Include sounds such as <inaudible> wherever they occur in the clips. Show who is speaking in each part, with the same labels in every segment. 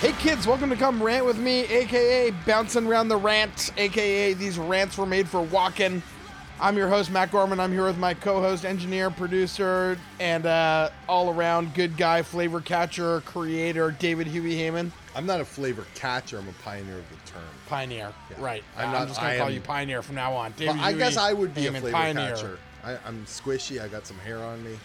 Speaker 1: Hey kids, welcome to Come Rant With Me, aka Bouncing Around the Rant, aka These Rants Were Made for Walking. I'm your host, Matt Gorman. I'm here with my co host, engineer, producer, and uh, all around good guy, flavor catcher, creator, David Huey Heyman.
Speaker 2: I'm not a flavor catcher. I'm a pioneer of the term.
Speaker 1: Pioneer, right. I'm,
Speaker 2: I'm not-
Speaker 1: just going
Speaker 2: I
Speaker 1: to call
Speaker 2: am-
Speaker 1: you Pioneer from now on.
Speaker 2: But
Speaker 1: David
Speaker 2: I guess
Speaker 1: Huey
Speaker 2: I would be a
Speaker 1: Heyman,
Speaker 2: flavor catcher. I, I'm squishy. I got some hair on me.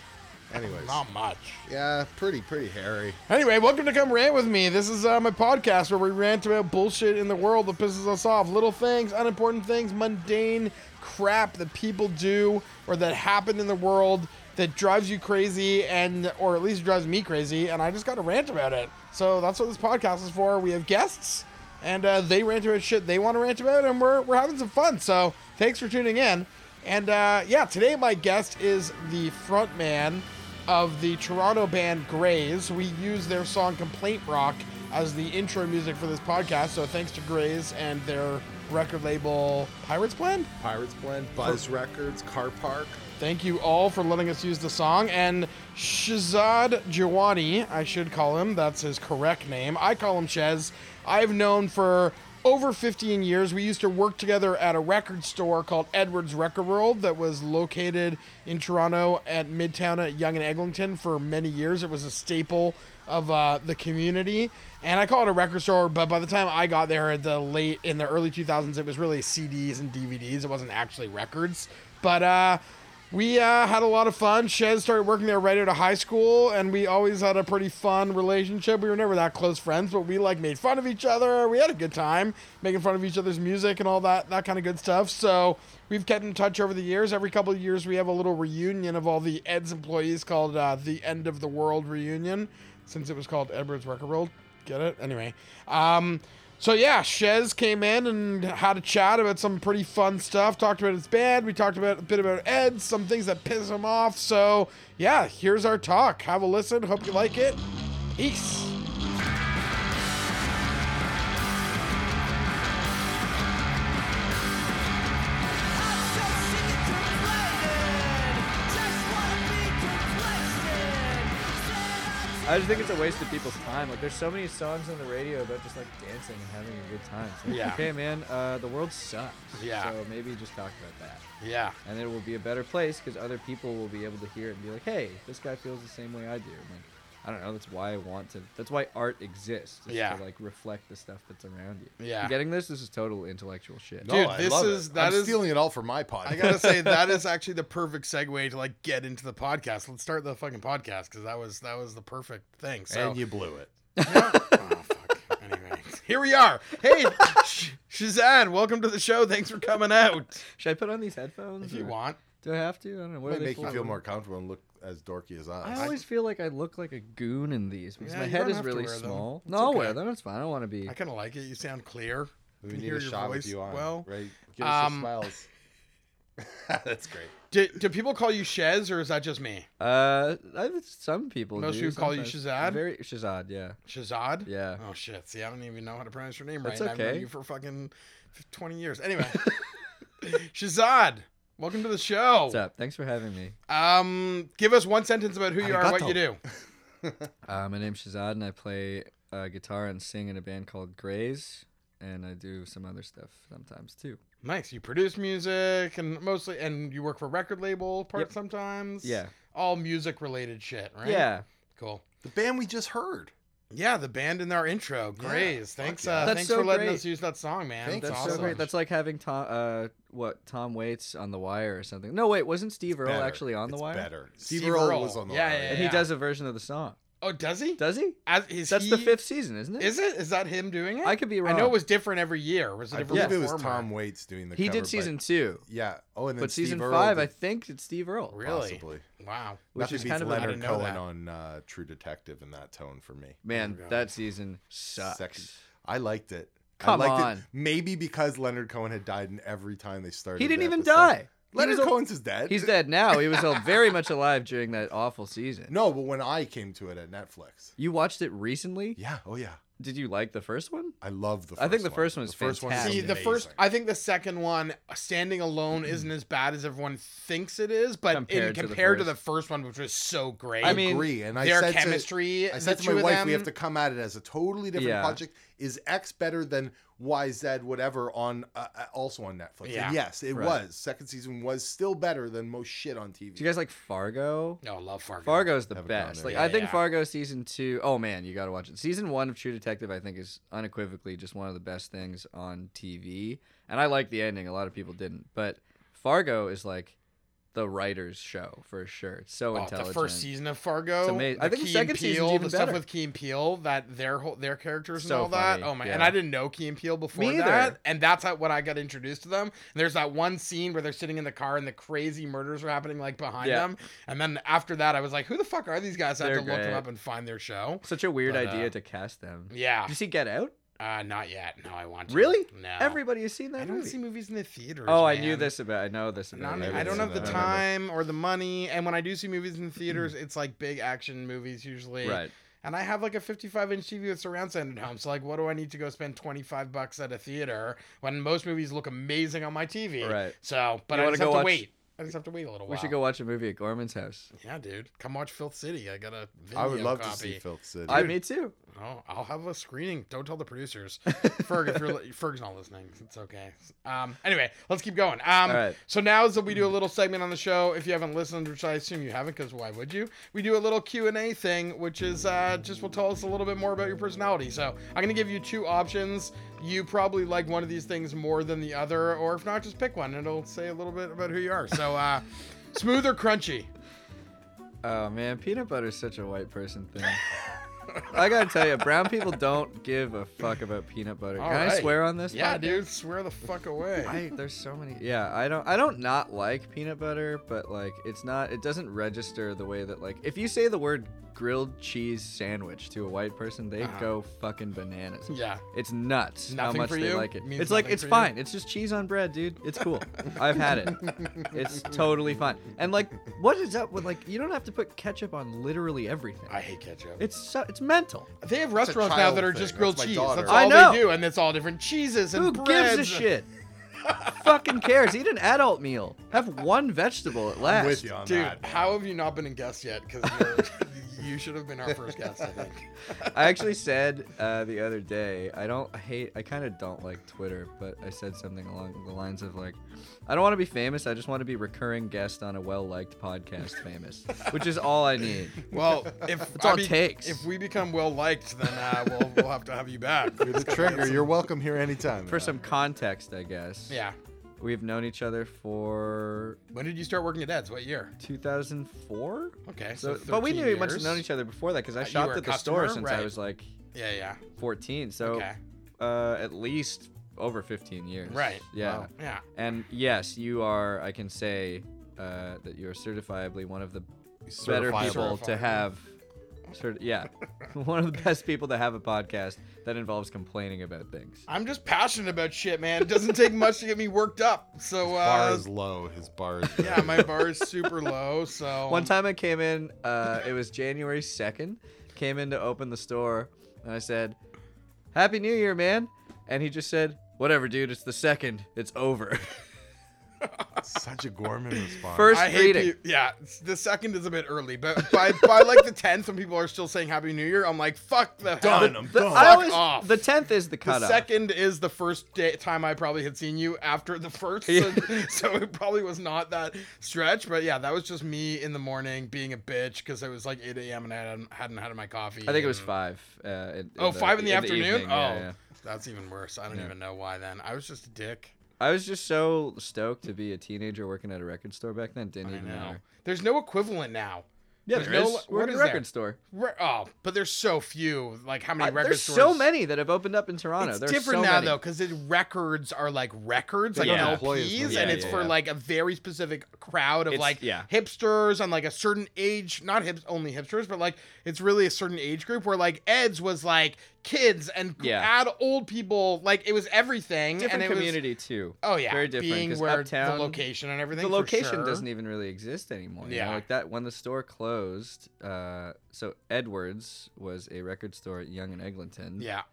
Speaker 2: Anyways,
Speaker 1: Not much.
Speaker 2: yeah, pretty pretty hairy.
Speaker 1: Anyway, welcome to Come Rant With Me. This is uh, my podcast where we rant about bullshit in the world that pisses us off. Little things, unimportant things, mundane crap that people do or that happen in the world that drives you crazy and or at least drives me crazy and I just got to rant about it. So that's what this podcast is for. We have guests and uh, they rant about shit they want to rant about and we're, we're having some fun. So thanks for tuning in. And uh, yeah, today my guest is the front man of the Toronto band Grays. We use their song Complaint Rock as the intro music for this podcast. So thanks to Grays and their record label Pirates Blend.
Speaker 2: Pirates Blend, Buzz Records, Car Park.
Speaker 1: Thank you all for letting us use the song. And Shazad Jawani, I should call him, that's his correct name. I call him Shez. I've known for over 15 years. We used to work together at a record store called Edwards Record World that was located in Toronto at Midtown at Young and Eglinton for many years. It was a staple of uh, the community. And I call it a record store, but by the time I got there at the late in the early 2000s, it was really CDs and DVDs. It wasn't actually records. But uh, we uh, had a lot of fun. Shed started working there right out of high school, and we always had a pretty fun relationship. We were never that close friends, but we like made fun of each other. We had a good time making fun of each other's music and all that that kind of good stuff. So we've kept in touch over the years. Every couple of years, we have a little reunion of all the Ed's employees called uh, the End of the World Reunion, since it was called Edwards Record World. Get it? Anyway. Um, so yeah, Shez came in and had a chat about some pretty fun stuff. Talked about his band. We talked about a bit about Ed, some things that piss him off. So yeah, here's our talk. Have a listen. Hope you like it. Peace.
Speaker 3: I just think it's a waste of people's time. Like, there's so many songs on the radio about just like dancing and having a good time. So,
Speaker 1: Yeah.
Speaker 3: Okay, man. Uh, the world sucks.
Speaker 1: Yeah.
Speaker 3: So maybe just talk about that,
Speaker 1: Yeah.
Speaker 3: and it will be a better place because other people will be able to hear it and be like, "Hey, this guy feels the same way I do." And, like, I don't know. That's why I want to. That's why art exists. is
Speaker 1: Yeah.
Speaker 3: To like reflect the stuff that's around you.
Speaker 1: Yeah.
Speaker 3: You getting this? This is total intellectual shit.
Speaker 1: Dude, this
Speaker 2: it.
Speaker 1: is- that
Speaker 2: I'm
Speaker 1: is-
Speaker 2: stealing it all for my podcast.
Speaker 1: I
Speaker 2: <laughs>
Speaker 1: gotta say that is actually the perfect segue to like get into the podcast. Let's start the fucking podcast because that was that was the perfect thing. So
Speaker 2: and you
Speaker 1: <laughs>
Speaker 2: blew it.
Speaker 1: oh, fuck. Anyway, here we are. Hey, Sh- Shazad, welcome to the show. Thanks for coming out.
Speaker 3: Should I put on these headphones?
Speaker 1: If you
Speaker 3: or-
Speaker 1: want.
Speaker 3: Do I have to? I don't know. What are
Speaker 2: Might
Speaker 3: they
Speaker 2: make you
Speaker 3: for?
Speaker 2: feel more comfortable and look as dorky as us.
Speaker 3: I always feel like I look like a goon in these because
Speaker 1: Yeah,
Speaker 3: my
Speaker 1: you
Speaker 3: head
Speaker 1: don't
Speaker 3: is
Speaker 1: have to
Speaker 3: really
Speaker 1: wear them.
Speaker 3: small.
Speaker 1: It's
Speaker 3: No, I'll
Speaker 1: okay.
Speaker 3: wear them. It's fine. I want to be.
Speaker 1: I kind of like it. You sound clear.
Speaker 2: we
Speaker 1: can
Speaker 2: need
Speaker 1: hear
Speaker 2: a
Speaker 1: your
Speaker 2: shot with
Speaker 1: voice
Speaker 2: you on.
Speaker 1: well.
Speaker 2: right? Give us
Speaker 1: Um,
Speaker 2: some
Speaker 1: <laughs>
Speaker 2: smiles. That's great.
Speaker 1: Do, do people call you Shez or is that just me?
Speaker 3: Uh, I, some people.
Speaker 1: Most
Speaker 3: do
Speaker 1: people call you
Speaker 3: sometimes.
Speaker 1: Shazad?
Speaker 3: Very Shazad, yeah.
Speaker 1: Shazad?
Speaker 3: Yeah.
Speaker 1: Oh shit! See, I don't even know how to pronounce your name right.
Speaker 3: That's
Speaker 1: and I've known
Speaker 3: okay.
Speaker 1: you for fucking f- twenty
Speaker 2: <laughs>
Speaker 1: years. Anyway, Shazad, welcome to the show.
Speaker 3: What's up? Thanks for having me.
Speaker 1: Um, give us one sentence about who you are, and what you do.
Speaker 3: Uh, my name's Shazad, and I play uh, guitar and sing in a band called Grays, and I do some other stuff sometimes too.
Speaker 1: Nice. You produce music and mostly, and you work for a record label part
Speaker 3: Yep.
Speaker 1: sometimes.
Speaker 3: Yeah.
Speaker 1: All music related shit, right?
Speaker 3: Yeah.
Speaker 1: Cool.
Speaker 2: The band we just heard.
Speaker 1: Yeah, the band in our intro, Grays.
Speaker 2: fuck
Speaker 1: thanks.
Speaker 2: yeah.
Speaker 1: Uh,
Speaker 3: That's
Speaker 1: thanks
Speaker 3: so
Speaker 1: for letting
Speaker 3: great.
Speaker 1: us use that song, man.
Speaker 2: Thanks,
Speaker 3: That's
Speaker 1: it's
Speaker 3: so
Speaker 1: awesome.
Speaker 3: great. That's like having Tom, uh, what Tom Waits on The Wire or something. No, wait, wasn't Steve Earle
Speaker 2: Better.
Speaker 3: actually on The
Speaker 2: It's
Speaker 3: Wire?
Speaker 2: Better. Steve,
Speaker 1: Steve
Speaker 2: Earle
Speaker 1: Earle.
Speaker 2: was on the
Speaker 1: Yeah,
Speaker 2: Wire.
Speaker 1: yeah,
Speaker 3: And
Speaker 1: yeah.
Speaker 3: he does a version of the song.
Speaker 1: oh, does he?
Speaker 3: Does he?
Speaker 1: As, is
Speaker 3: That's
Speaker 1: he,
Speaker 3: the fifth season, isn't it?
Speaker 1: Is it? Is that him doing it?
Speaker 3: I could be wrong.
Speaker 1: I know it was different every year. Was it
Speaker 2: I
Speaker 1: every
Speaker 2: believe
Speaker 1: performer?
Speaker 2: it was Tom Waits doing the.
Speaker 3: He
Speaker 2: cover,
Speaker 3: did
Speaker 2: but-
Speaker 3: season two,
Speaker 2: Yeah. Oh, and then
Speaker 3: but season
Speaker 2: Steve Earle
Speaker 3: five,
Speaker 2: did
Speaker 3: I think it's Steve Earle.
Speaker 1: Really?
Speaker 2: Possibly.
Speaker 1: Wow.
Speaker 3: Which
Speaker 2: Nothing
Speaker 3: is
Speaker 2: beats
Speaker 3: kind of a- I
Speaker 2: Leonard
Speaker 1: didn't know
Speaker 2: Cohen
Speaker 1: that.
Speaker 2: on uh, True Detective in that tone for me.
Speaker 3: Man,
Speaker 1: God.
Speaker 3: that season sucks.
Speaker 2: oh Second. I liked it.
Speaker 3: Come
Speaker 2: I liked It.
Speaker 3: on.
Speaker 2: Maybe because Leonard Cohen had died, and every time they started,
Speaker 3: He didn't
Speaker 2: the
Speaker 3: even
Speaker 2: episode-
Speaker 3: die. He
Speaker 2: Leonard
Speaker 3: was al-
Speaker 2: Cohen's is dead. Uh,
Speaker 3: He's dead now. He was al- very much
Speaker 2: <laughs>
Speaker 3: alive during that awful season.
Speaker 2: No, but when I came to it at Netflix,
Speaker 3: You watched it recently?
Speaker 2: yeah, oh yeah,
Speaker 3: Did you like the first one?
Speaker 2: I love the. First
Speaker 3: I think the first
Speaker 2: one
Speaker 3: one is
Speaker 1: See,
Speaker 3: fantastic.
Speaker 2: is
Speaker 1: the first,
Speaker 2: amazing.
Speaker 1: I think the second one, standing alone, isn't as bad as everyone thinks it is, but
Speaker 3: Compared
Speaker 1: compared,
Speaker 3: to
Speaker 1: in,
Speaker 3: the
Speaker 1: compared to, the
Speaker 3: first.
Speaker 1: first one, which was so great,
Speaker 3: I mean,
Speaker 2: agree, and I
Speaker 1: their
Speaker 2: said to-
Speaker 1: chemistry,
Speaker 2: I
Speaker 1: the
Speaker 2: said to
Speaker 1: two
Speaker 2: my
Speaker 1: of
Speaker 2: wife, we
Speaker 1: them-
Speaker 2: have to come at it as a totally different
Speaker 3: Yeah.
Speaker 2: project. Is X better than Y, Z, whatever on uh, uh, also on Netflix? And
Speaker 1: Yeah.
Speaker 2: yes, it
Speaker 3: Right.
Speaker 2: was. Second season was still better than most shit on TV.
Speaker 3: Do you guys like Fargo?
Speaker 1: no, Oh, love Fargo.
Speaker 3: Fargo's the
Speaker 2: Haven't gone
Speaker 3: best.
Speaker 2: there
Speaker 3: Like
Speaker 1: yet.
Speaker 3: I think
Speaker 1: Yeah.
Speaker 3: Fargo season two oh man, you gotta watch it. Season one of True Detective, I think, is unequivocally just one of the best things on TV. And I like the ending. A lot of people didn't, but Fargo is like the writer's show for sure. It's so
Speaker 1: Oh,
Speaker 3: intelligent.
Speaker 1: the first season of Fargo.
Speaker 3: It's amazing. I
Speaker 1: the
Speaker 3: think the
Speaker 1: Key
Speaker 3: second
Speaker 1: and
Speaker 3: season's
Speaker 1: Peele,
Speaker 3: even
Speaker 1: the stuff
Speaker 3: better.
Speaker 1: with Key and Peele, that their whole their characters
Speaker 3: So
Speaker 1: and all
Speaker 3: funny,
Speaker 1: that. Oh my! And
Speaker 3: yeah.
Speaker 1: I didn't know Key and Peele before
Speaker 3: Me
Speaker 1: that,
Speaker 3: either.
Speaker 1: and that's how, when I got introduced to them. And there's that one scene where they're sitting in the car and the crazy murders are happening like behind
Speaker 3: Yeah.
Speaker 1: them, and then after that, I was like, "Who the fuck are these guys?" I had
Speaker 3: They're
Speaker 1: to look them
Speaker 3: great.
Speaker 1: up and find their show.
Speaker 3: Such a weird
Speaker 1: But, uh,
Speaker 3: idea to cast them.
Speaker 1: Yeah,
Speaker 3: Did you see Get Out?
Speaker 1: uh, not yet. No, I want to.
Speaker 3: Really?
Speaker 1: No.
Speaker 3: Everybody has seen that
Speaker 1: I don't
Speaker 3: movie.
Speaker 1: see movies in the theaters.
Speaker 3: oh, I knew
Speaker 1: man.
Speaker 3: this about I know this about
Speaker 1: Not,
Speaker 3: it.
Speaker 2: I
Speaker 1: I
Speaker 2: haven't
Speaker 1: don't have
Speaker 2: seen
Speaker 1: the
Speaker 2: that.
Speaker 1: time or the money, and when I do see movies
Speaker 3: <clears throat>
Speaker 1: in theaters, it's like big action movies usually.
Speaker 3: Right.
Speaker 1: And I have like a 55 inch TV with surround sound at home. So like, what do I need to go spend 25 bucks at a theater when most movies look amazing on my TV?
Speaker 3: Right.
Speaker 1: So, but
Speaker 3: You
Speaker 1: I
Speaker 3: wanna
Speaker 1: just
Speaker 3: go
Speaker 1: have to
Speaker 3: watch-
Speaker 1: wait. I just have to wait a little
Speaker 3: We
Speaker 1: while.
Speaker 3: should go watch a movie at Gorman's house.
Speaker 1: Yeah, dude, come watch Filth City. I got a video
Speaker 2: I would love
Speaker 1: copy.
Speaker 2: to see Filth City.
Speaker 3: I me too.
Speaker 1: Oh, I'll have a screening. Don't tell the
Speaker 3: <laughs>
Speaker 1: producers, Ferg. If you're li- Ferg's not listening, it's okay. Um, anyway, let's keep going. Um,
Speaker 3: All right.
Speaker 1: so now is that we do a little segment on the show. If you haven't listened, which I assume you haven't, because why would you? We do a little Q and A thing, which is uh, just will tell us a little bit more about your personality. So I'm gonna give you two options. You probably like one of these things more than the other, or if not, just pick one. It'll say a little bit about who you are. So
Speaker 3: <laughs>
Speaker 1: uh, smooth or crunchy?
Speaker 3: Oh man, peanut butter is such a white person thing. I gotta tell you,
Speaker 1: <laughs>
Speaker 3: brown people don't give a fuck about peanut butter.
Speaker 1: All
Speaker 3: Can I
Speaker 1: right.
Speaker 3: swear on this?
Speaker 1: Yeah,
Speaker 3: podcast?
Speaker 1: dude, swear the fuck away.
Speaker 3: I, there's so many. Yeah, I don't. I don't not like peanut butter, but like it's not. It doesn't register the way that like if you say the word grilled cheese sandwich to a white person, they
Speaker 1: Uh-huh.
Speaker 3: go fucking bananas.
Speaker 1: Yeah.
Speaker 3: It's nuts how
Speaker 1: Nothing
Speaker 3: much
Speaker 1: for
Speaker 3: they
Speaker 1: you?
Speaker 3: like it.
Speaker 1: Means
Speaker 3: It's like
Speaker 1: nothing
Speaker 3: it's
Speaker 1: for you?
Speaker 3: fine. It's just cheese on bread, dude. It's
Speaker 1: <laughs>
Speaker 3: cool. I've had it. It's totally fine. And like, what is up with like? You don't have to put ketchup on literally everything.
Speaker 1: I hate ketchup.
Speaker 3: It's so, it's mental.
Speaker 1: They have
Speaker 2: a
Speaker 1: restaurants now
Speaker 2: child
Speaker 1: that are
Speaker 2: thing.
Speaker 1: just
Speaker 2: That's
Speaker 1: grilled
Speaker 2: my
Speaker 1: cheese.
Speaker 2: daughter.
Speaker 1: That's
Speaker 3: I
Speaker 1: all
Speaker 3: know.
Speaker 1: they do, and it's all different cheeses and
Speaker 3: Who
Speaker 1: breads.
Speaker 3: gives a shit? Fucking cares. Eat an adult meal. Have one vegetable at last.
Speaker 2: am with you on
Speaker 1: Dude,
Speaker 2: that.
Speaker 1: how have you not been a guest yet?
Speaker 2: <laughs>
Speaker 1: Because you should have been our first guest, I think.
Speaker 3: I actually said uh, the other day, I don't I hate, I kind of don't like Twitter, but I said something along the lines of like, I don't want to be famous. I just want to be recurring guest on a well liked podcast,
Speaker 1: <laughs>
Speaker 3: famous, which is all I need.
Speaker 1: Well, if
Speaker 3: That's all it takes.
Speaker 1: if we become well liked, then uh, we'll we'll have to have you
Speaker 2: <laughs>
Speaker 1: back.
Speaker 2: You're the trigger. You're welcome here anytime.
Speaker 3: For some context, I guess.
Speaker 1: Yeah.
Speaker 3: We've known each other for
Speaker 1: When did you start working at Ed's? What year?
Speaker 3: 2004.
Speaker 1: Okay,
Speaker 3: So,
Speaker 1: so,
Speaker 3: but we
Speaker 1: 13
Speaker 3: knew
Speaker 1: years. Uh,
Speaker 3: much known each other before that because I
Speaker 1: you
Speaker 3: shopped
Speaker 1: were a
Speaker 3: at the store
Speaker 1: customer,
Speaker 3: since I
Speaker 1: right.
Speaker 3: was like
Speaker 1: Yeah, yeah,
Speaker 3: 14. So
Speaker 1: Okay.
Speaker 3: uh, at least over 15 years.
Speaker 1: Right.
Speaker 3: Yeah.
Speaker 2: Wow.
Speaker 1: yeah.
Speaker 3: And yes, you are. I can say uh, that you are certifiably one of the better
Speaker 2: Certifiable.
Speaker 3: people to
Speaker 1: Certifiable.
Speaker 3: have. Cert- yeah, <laughs> one of the best people to have a podcast that involves complaining about things.
Speaker 1: I'm just passionate about shit, man. It doesn't take much to get me worked up. So
Speaker 2: bar
Speaker 1: uh,
Speaker 2: is low. His bar is
Speaker 1: yeah, my bar is super low. So
Speaker 3: <laughs> One time I came in, uh, it was January 2nd, came in to open the store, and I said, Happy New Year, man. And he just said, Whatever, dude, it's the second, it's over. <laughs>
Speaker 2: such a Gorman response.
Speaker 3: First
Speaker 1: I hate
Speaker 3: reading.
Speaker 1: you. Yeah, it's- the second is a bit early, but by by like the <laughs> tenth, when people are still saying Happy New Year, I'm like, fuck the
Speaker 2: done.
Speaker 1: hell.
Speaker 2: I'm
Speaker 3: The,
Speaker 2: done.
Speaker 3: I
Speaker 1: Fuck
Speaker 3: always,
Speaker 1: off.
Speaker 3: the 10th is the
Speaker 1: The
Speaker 3: cutoff.
Speaker 1: second is the first day, time I probably had seen you after the first, so, so it probably was not that stretch. But yeah, that was just me in the morning being a bitch because it was like 8 a.m. and I hadn't, hadn't had my coffee.
Speaker 3: I think it was
Speaker 1: and-
Speaker 3: 5. Uh, in,
Speaker 1: Oh, five in the afternoon.
Speaker 3: evening,
Speaker 1: oh,
Speaker 3: yeah, yeah.
Speaker 1: that's even worse. I don't
Speaker 3: Yeah.
Speaker 1: even know why. Then I was just a dick.
Speaker 3: I was just so stoked to be a teenager working at a record store back then. Didn't
Speaker 1: I
Speaker 3: even
Speaker 1: know.
Speaker 3: matter.
Speaker 1: There's no equivalent now.
Speaker 3: Yeah,
Speaker 1: There's
Speaker 3: there is.
Speaker 1: no-
Speaker 3: We're
Speaker 1: what
Speaker 3: at a
Speaker 1: is
Speaker 3: record
Speaker 1: there?
Speaker 3: store.
Speaker 1: Re- Oh, but there's so few. Like how many
Speaker 3: I-
Speaker 1: record
Speaker 3: there's
Speaker 1: stores?
Speaker 3: so many that have opened up in Toronto.
Speaker 1: It's
Speaker 3: Oh, there's
Speaker 1: different
Speaker 3: so
Speaker 1: now
Speaker 3: many.
Speaker 1: though, because records are like records,
Speaker 2: They
Speaker 1: like
Speaker 3: don't
Speaker 1: LPs,
Speaker 2: employ as many
Speaker 1: and
Speaker 3: Yeah,
Speaker 1: it's
Speaker 3: yeah,
Speaker 1: for
Speaker 3: yeah.
Speaker 1: like a very specific crowd of
Speaker 3: It's-
Speaker 1: like
Speaker 3: yeah.
Speaker 1: hipsters and like a certain age. Not hip, only hipsters, but like it's really a certain age group where like Ed's was like kids and
Speaker 3: Yeah.
Speaker 1: add old people. Like it was everything.
Speaker 3: different
Speaker 1: and it was-
Speaker 3: community too.
Speaker 1: oh yeah,
Speaker 3: very different.
Speaker 1: Being
Speaker 3: 'cause
Speaker 1: where
Speaker 3: uptown,
Speaker 1: the location and everything.
Speaker 3: the
Speaker 1: for
Speaker 3: location
Speaker 1: sure.
Speaker 3: doesn't e-, even really exist anymore. you know,
Speaker 1: Yeah.
Speaker 3: like that when the store closed. Uh, so Edwards was a record store at Young and Eglinton.
Speaker 1: Yeah,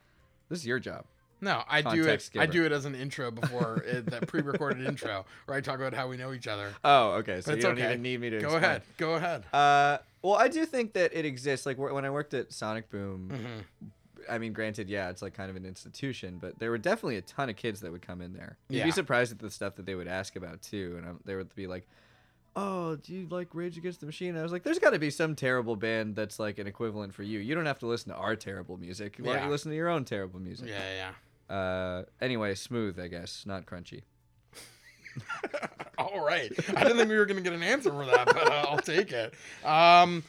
Speaker 3: This is your job.
Speaker 1: No, I do it.
Speaker 3: Context
Speaker 1: I
Speaker 3: giver.
Speaker 1: do it as an intro before it, that pre-recorded intro where I talk about how we know each
Speaker 3: <laughs>
Speaker 1: other.
Speaker 3: Oh, okay. So
Speaker 1: That's
Speaker 3: you don't
Speaker 1: okay.
Speaker 3: even need me to.
Speaker 1: Go
Speaker 3: explain.
Speaker 1: ahead. Go ahead.
Speaker 3: Uh, well, I do think that it exists. Like wh- when I worked at Sonic Boom,
Speaker 1: Mm-hmm,
Speaker 3: I mean, granted, yeah, it's like kind of an institution, but there were definitely a ton of kids that would come in there. You'd
Speaker 1: Yeah.
Speaker 3: be surprised at the stuff that they would ask about too, and um, they would be like, "Oh, do you like Rage Against the Machine?" And I was like, "There's got to be some terrible band that's like an equivalent for you. You don't have to listen to our terrible music. Why don't
Speaker 1: Yeah.
Speaker 3: you listen to your own terrible music?"
Speaker 1: Yeah, yeah.
Speaker 3: Uh, anyway, smooth, I guess, not crunchy.
Speaker 1: All right. I didn't think we were going to get an answer for that, but uh, I'll take it. Um,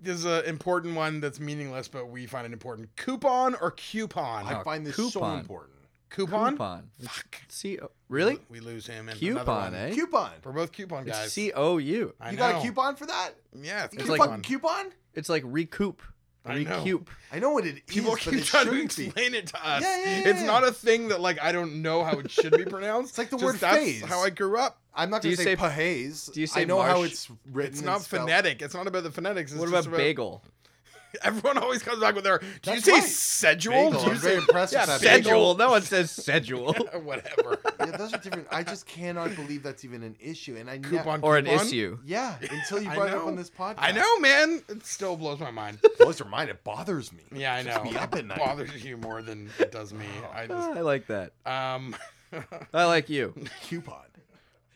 Speaker 1: there's an important one that's meaningless, but we find it important. Coupon or coupon?
Speaker 2: I
Speaker 3: Oh,
Speaker 2: find this so
Speaker 3: coupon.
Speaker 2: important.
Speaker 1: coupon?
Speaker 3: Coupon. It's
Speaker 1: Fuck.
Speaker 3: C. Really?
Speaker 1: We lose him. And another
Speaker 3: Coupon,
Speaker 1: one.
Speaker 3: eh?
Speaker 2: Coupon.
Speaker 1: We're both coupon guys.
Speaker 3: It's C O U.
Speaker 1: I
Speaker 2: You got
Speaker 1: know.
Speaker 2: a coupon for that?
Speaker 1: Yeah, it's
Speaker 2: You
Speaker 3: It's
Speaker 2: get
Speaker 1: coupon.
Speaker 2: a
Speaker 3: like-
Speaker 2: fucking coupon?
Speaker 3: It's like recoup.
Speaker 1: I know.
Speaker 3: Recoup.
Speaker 2: I know what it is.
Speaker 1: People
Speaker 2: but
Speaker 1: keep
Speaker 2: it
Speaker 1: trying to
Speaker 2: shouldn't be.
Speaker 1: explain it to us.
Speaker 2: Yeah, yeah, yeah,
Speaker 1: it's
Speaker 2: yeah.
Speaker 1: not a thing that like I don't know how it
Speaker 2: <laughs>
Speaker 1: should be pronounced.
Speaker 2: It's like the
Speaker 1: Just
Speaker 2: word
Speaker 1: that's
Speaker 2: phase.
Speaker 1: how I grew up.
Speaker 2: I'm not
Speaker 3: Do
Speaker 2: going
Speaker 3: you
Speaker 2: to say,
Speaker 3: say-
Speaker 2: pahaze.
Speaker 3: do you say
Speaker 2: I know how
Speaker 3: marsh?
Speaker 2: it's written.
Speaker 1: It's
Speaker 2: and
Speaker 1: not
Speaker 2: spelled.
Speaker 1: phonetic. It's not about the phonetics. It's
Speaker 3: What
Speaker 1: just
Speaker 3: about bagel?
Speaker 1: <laughs> Everyone always comes back with their. Do you
Speaker 2: That's
Speaker 1: say
Speaker 2: right.
Speaker 1: schedule?
Speaker 2: Bagel.
Speaker 1: Do you
Speaker 2: I'm
Speaker 1: say
Speaker 2: very impressed
Speaker 1: yeah,
Speaker 2: with that.
Speaker 1: bagel.
Speaker 3: Schedule. No one says
Speaker 1: <laughs>
Speaker 3: schedule.
Speaker 1: whatever?
Speaker 2: Yeah, those are different. I just cannot believe that's even an issue. And I ne-
Speaker 1: Coupon
Speaker 3: or an
Speaker 1: coupon?
Speaker 3: issue.
Speaker 2: Yeah, until you
Speaker 1: I
Speaker 2: brought it up
Speaker 1: know.
Speaker 2: on this podcast.
Speaker 1: I know, man. It still blows my mind.
Speaker 2: <laughs> Those are mine. It bothers me.
Speaker 1: Yeah, I
Speaker 2: It
Speaker 1: know.
Speaker 2: Keeps me up at
Speaker 1: It
Speaker 2: night. Oh.
Speaker 1: bothers you more than it does me. I just
Speaker 3: Ah, I like that.
Speaker 1: um, <laughs>
Speaker 3: I like you.
Speaker 2: Coupon.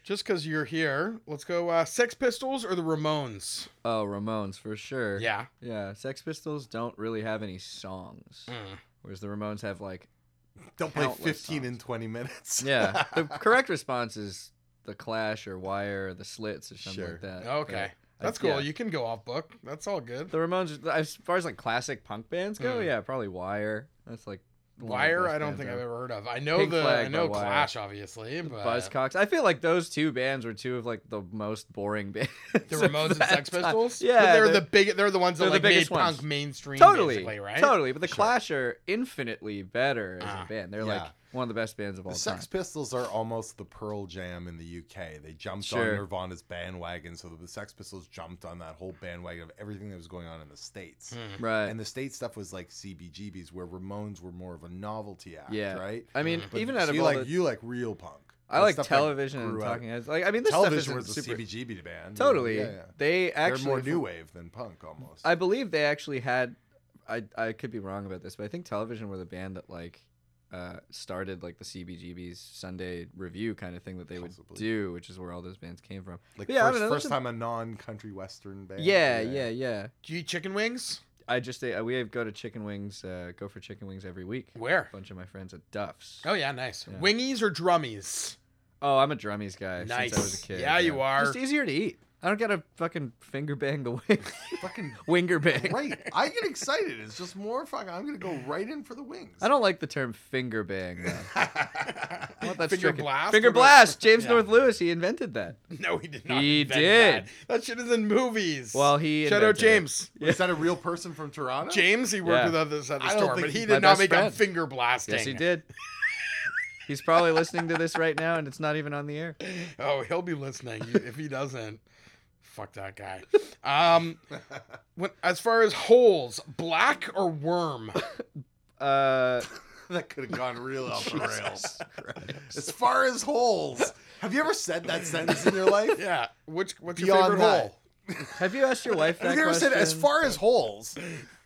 Speaker 1: just because you're here, let's go. Uh, Sex Pistols or the Ramones?
Speaker 3: Oh, Ramones for sure.
Speaker 1: Yeah.
Speaker 3: Yeah. Sex Pistols don't really have any songs,
Speaker 1: Mm.
Speaker 3: whereas the Ramones
Speaker 1: <laughs>
Speaker 3: have like.
Speaker 2: Don't play
Speaker 3: Countless
Speaker 2: 15
Speaker 3: songs.
Speaker 2: and 20 minutes. <laughs>
Speaker 3: Yeah. the correct response is the Clash or Wire or the Slits or something
Speaker 2: Sure.
Speaker 3: like that.
Speaker 1: Okay.
Speaker 3: but I-
Speaker 1: That's cool.
Speaker 3: Uh, yeah.
Speaker 1: You can go off book. That's all good.
Speaker 3: The Ramones, as far as like classic punk bands go,
Speaker 1: Mm.
Speaker 3: yeah, probably Wire. That's like. one of the
Speaker 1: Wire,
Speaker 3: best
Speaker 1: I don't
Speaker 3: bands
Speaker 1: think I've
Speaker 3: ever.
Speaker 1: ever heard of. I know
Speaker 3: Pink
Speaker 1: the
Speaker 3: Flag
Speaker 1: I
Speaker 3: by
Speaker 1: know
Speaker 3: Wire.
Speaker 1: Clash, obviously, but
Speaker 3: Buzzcocks. I feel like those two bands were two of like the most boring <laughs> bands.
Speaker 1: the
Speaker 3: of
Speaker 1: Ramones
Speaker 3: <laughs>
Speaker 1: and
Speaker 3: that
Speaker 1: Sex
Speaker 3: time.
Speaker 1: Pistols. but
Speaker 3: Yeah,
Speaker 1: they're
Speaker 3: they're-
Speaker 1: the big. They're the ones that
Speaker 3: they're the
Speaker 1: like made
Speaker 3: biggest ones.
Speaker 1: punk mainstream.
Speaker 3: totally,
Speaker 1: basically, right?
Speaker 3: totally. But the
Speaker 1: Sure.
Speaker 3: Clash are infinitely better as
Speaker 1: Ah,
Speaker 3: a band. They're
Speaker 2: yeah.
Speaker 3: like one of the best bands of all
Speaker 2: The
Speaker 3: time.
Speaker 2: Sex Pistols are almost the Pearl Jam in the UK. They jumped on
Speaker 3: Sure.
Speaker 2: Nirvana's bandwagon, so the Sex Pistols jumped on that whole bandwagon of everything that was going on in the
Speaker 1: Hmm.
Speaker 2: States.
Speaker 3: right.
Speaker 2: And the States stuff was like CBGBs, where Ramones were more of a novelty act,
Speaker 3: yeah.
Speaker 2: right?
Speaker 3: I mean,
Speaker 2: Mm, But
Speaker 3: even
Speaker 2: so
Speaker 3: out of
Speaker 2: you
Speaker 3: all
Speaker 2: like
Speaker 3: the,
Speaker 2: you like real punk.
Speaker 3: I
Speaker 2: The
Speaker 3: like
Speaker 2: stuff
Speaker 3: television and
Speaker 2: grew out-
Speaker 3: talking heads. Like I mean, this
Speaker 2: Television
Speaker 3: stuff isn't
Speaker 2: was the
Speaker 3: super.
Speaker 2: CBGB band.
Speaker 3: <laughs> Totally.
Speaker 2: Yeah, yeah.
Speaker 3: They actually
Speaker 2: They're more
Speaker 3: from-
Speaker 2: new wave than punk almost.
Speaker 3: I believe they actually had. I I could be wrong about this, but I think Television were the band that like uh, started like the CBGB's Sunday review kind of thing that they
Speaker 2: Possibly.
Speaker 3: would do, which is where all those bands came from.
Speaker 2: like
Speaker 3: yeah, I
Speaker 2: first,
Speaker 3: don't know,
Speaker 2: first
Speaker 3: that's a-
Speaker 2: time a non-country western band.
Speaker 3: Yeah, yeah, yeah.
Speaker 1: Do you eat chicken wings?
Speaker 3: I just ate, we go to chicken wings, uh, go for chicken wings every week.
Speaker 1: Where?
Speaker 3: A bunch of my friends at Duff's.
Speaker 1: Oh yeah, nice.
Speaker 3: Yeah.
Speaker 1: Wingies or drummies?
Speaker 3: Oh, I'm a drummies guy
Speaker 1: nice.
Speaker 3: since I was a kid.
Speaker 1: Yeah, you are.
Speaker 3: Just easier to eat. I don't gotta fucking finger bang the wing.
Speaker 2: Fucking
Speaker 3: <laughs> Winger bang.
Speaker 2: right. I get excited. It's just more fucking. I'm gonna go right in for the wings. <laughs>
Speaker 3: I don't like the term finger bang. Though. I want that
Speaker 1: Finger
Speaker 3: stricken-
Speaker 1: blast.
Speaker 3: Finger
Speaker 1: What about-
Speaker 3: blast. James
Speaker 1: Yeah.
Speaker 3: North Lewis. He invented that.
Speaker 1: <laughs> No, he did not.
Speaker 3: He
Speaker 1: invent
Speaker 3: did.
Speaker 1: That. that shit is in movies.
Speaker 3: Well, he
Speaker 1: shout out
Speaker 3: invented it.
Speaker 1: James.
Speaker 2: Is that a real person from Toronto?
Speaker 1: James, he worked
Speaker 3: Yeah.
Speaker 1: with others at the
Speaker 2: I don't
Speaker 1: store,
Speaker 2: think
Speaker 1: but he
Speaker 2: he's
Speaker 3: my
Speaker 1: did not
Speaker 3: best
Speaker 1: make up
Speaker 3: friend.
Speaker 1: finger blasting.
Speaker 3: Yes, he did. He's probably listening to this right now, and it's not even on the air.
Speaker 1: Oh, he'll be listening. You- if he doesn't, fuck that guy.
Speaker 2: <laughs>
Speaker 1: Um, when, as far as holes, black or
Speaker 2: <laughs>
Speaker 1: worm?
Speaker 3: Uh,
Speaker 2: <laughs> that could have gone real
Speaker 3: <laughs>
Speaker 2: off the rails. <laughs> As far as holes, have you ever said that sentence in your life?
Speaker 1: Yeah. Which what's
Speaker 2: Beyond
Speaker 1: your favorite
Speaker 2: that.
Speaker 1: hole?
Speaker 3: have you asked your wife that
Speaker 2: Have you ever
Speaker 3: question?
Speaker 2: said as far as holes?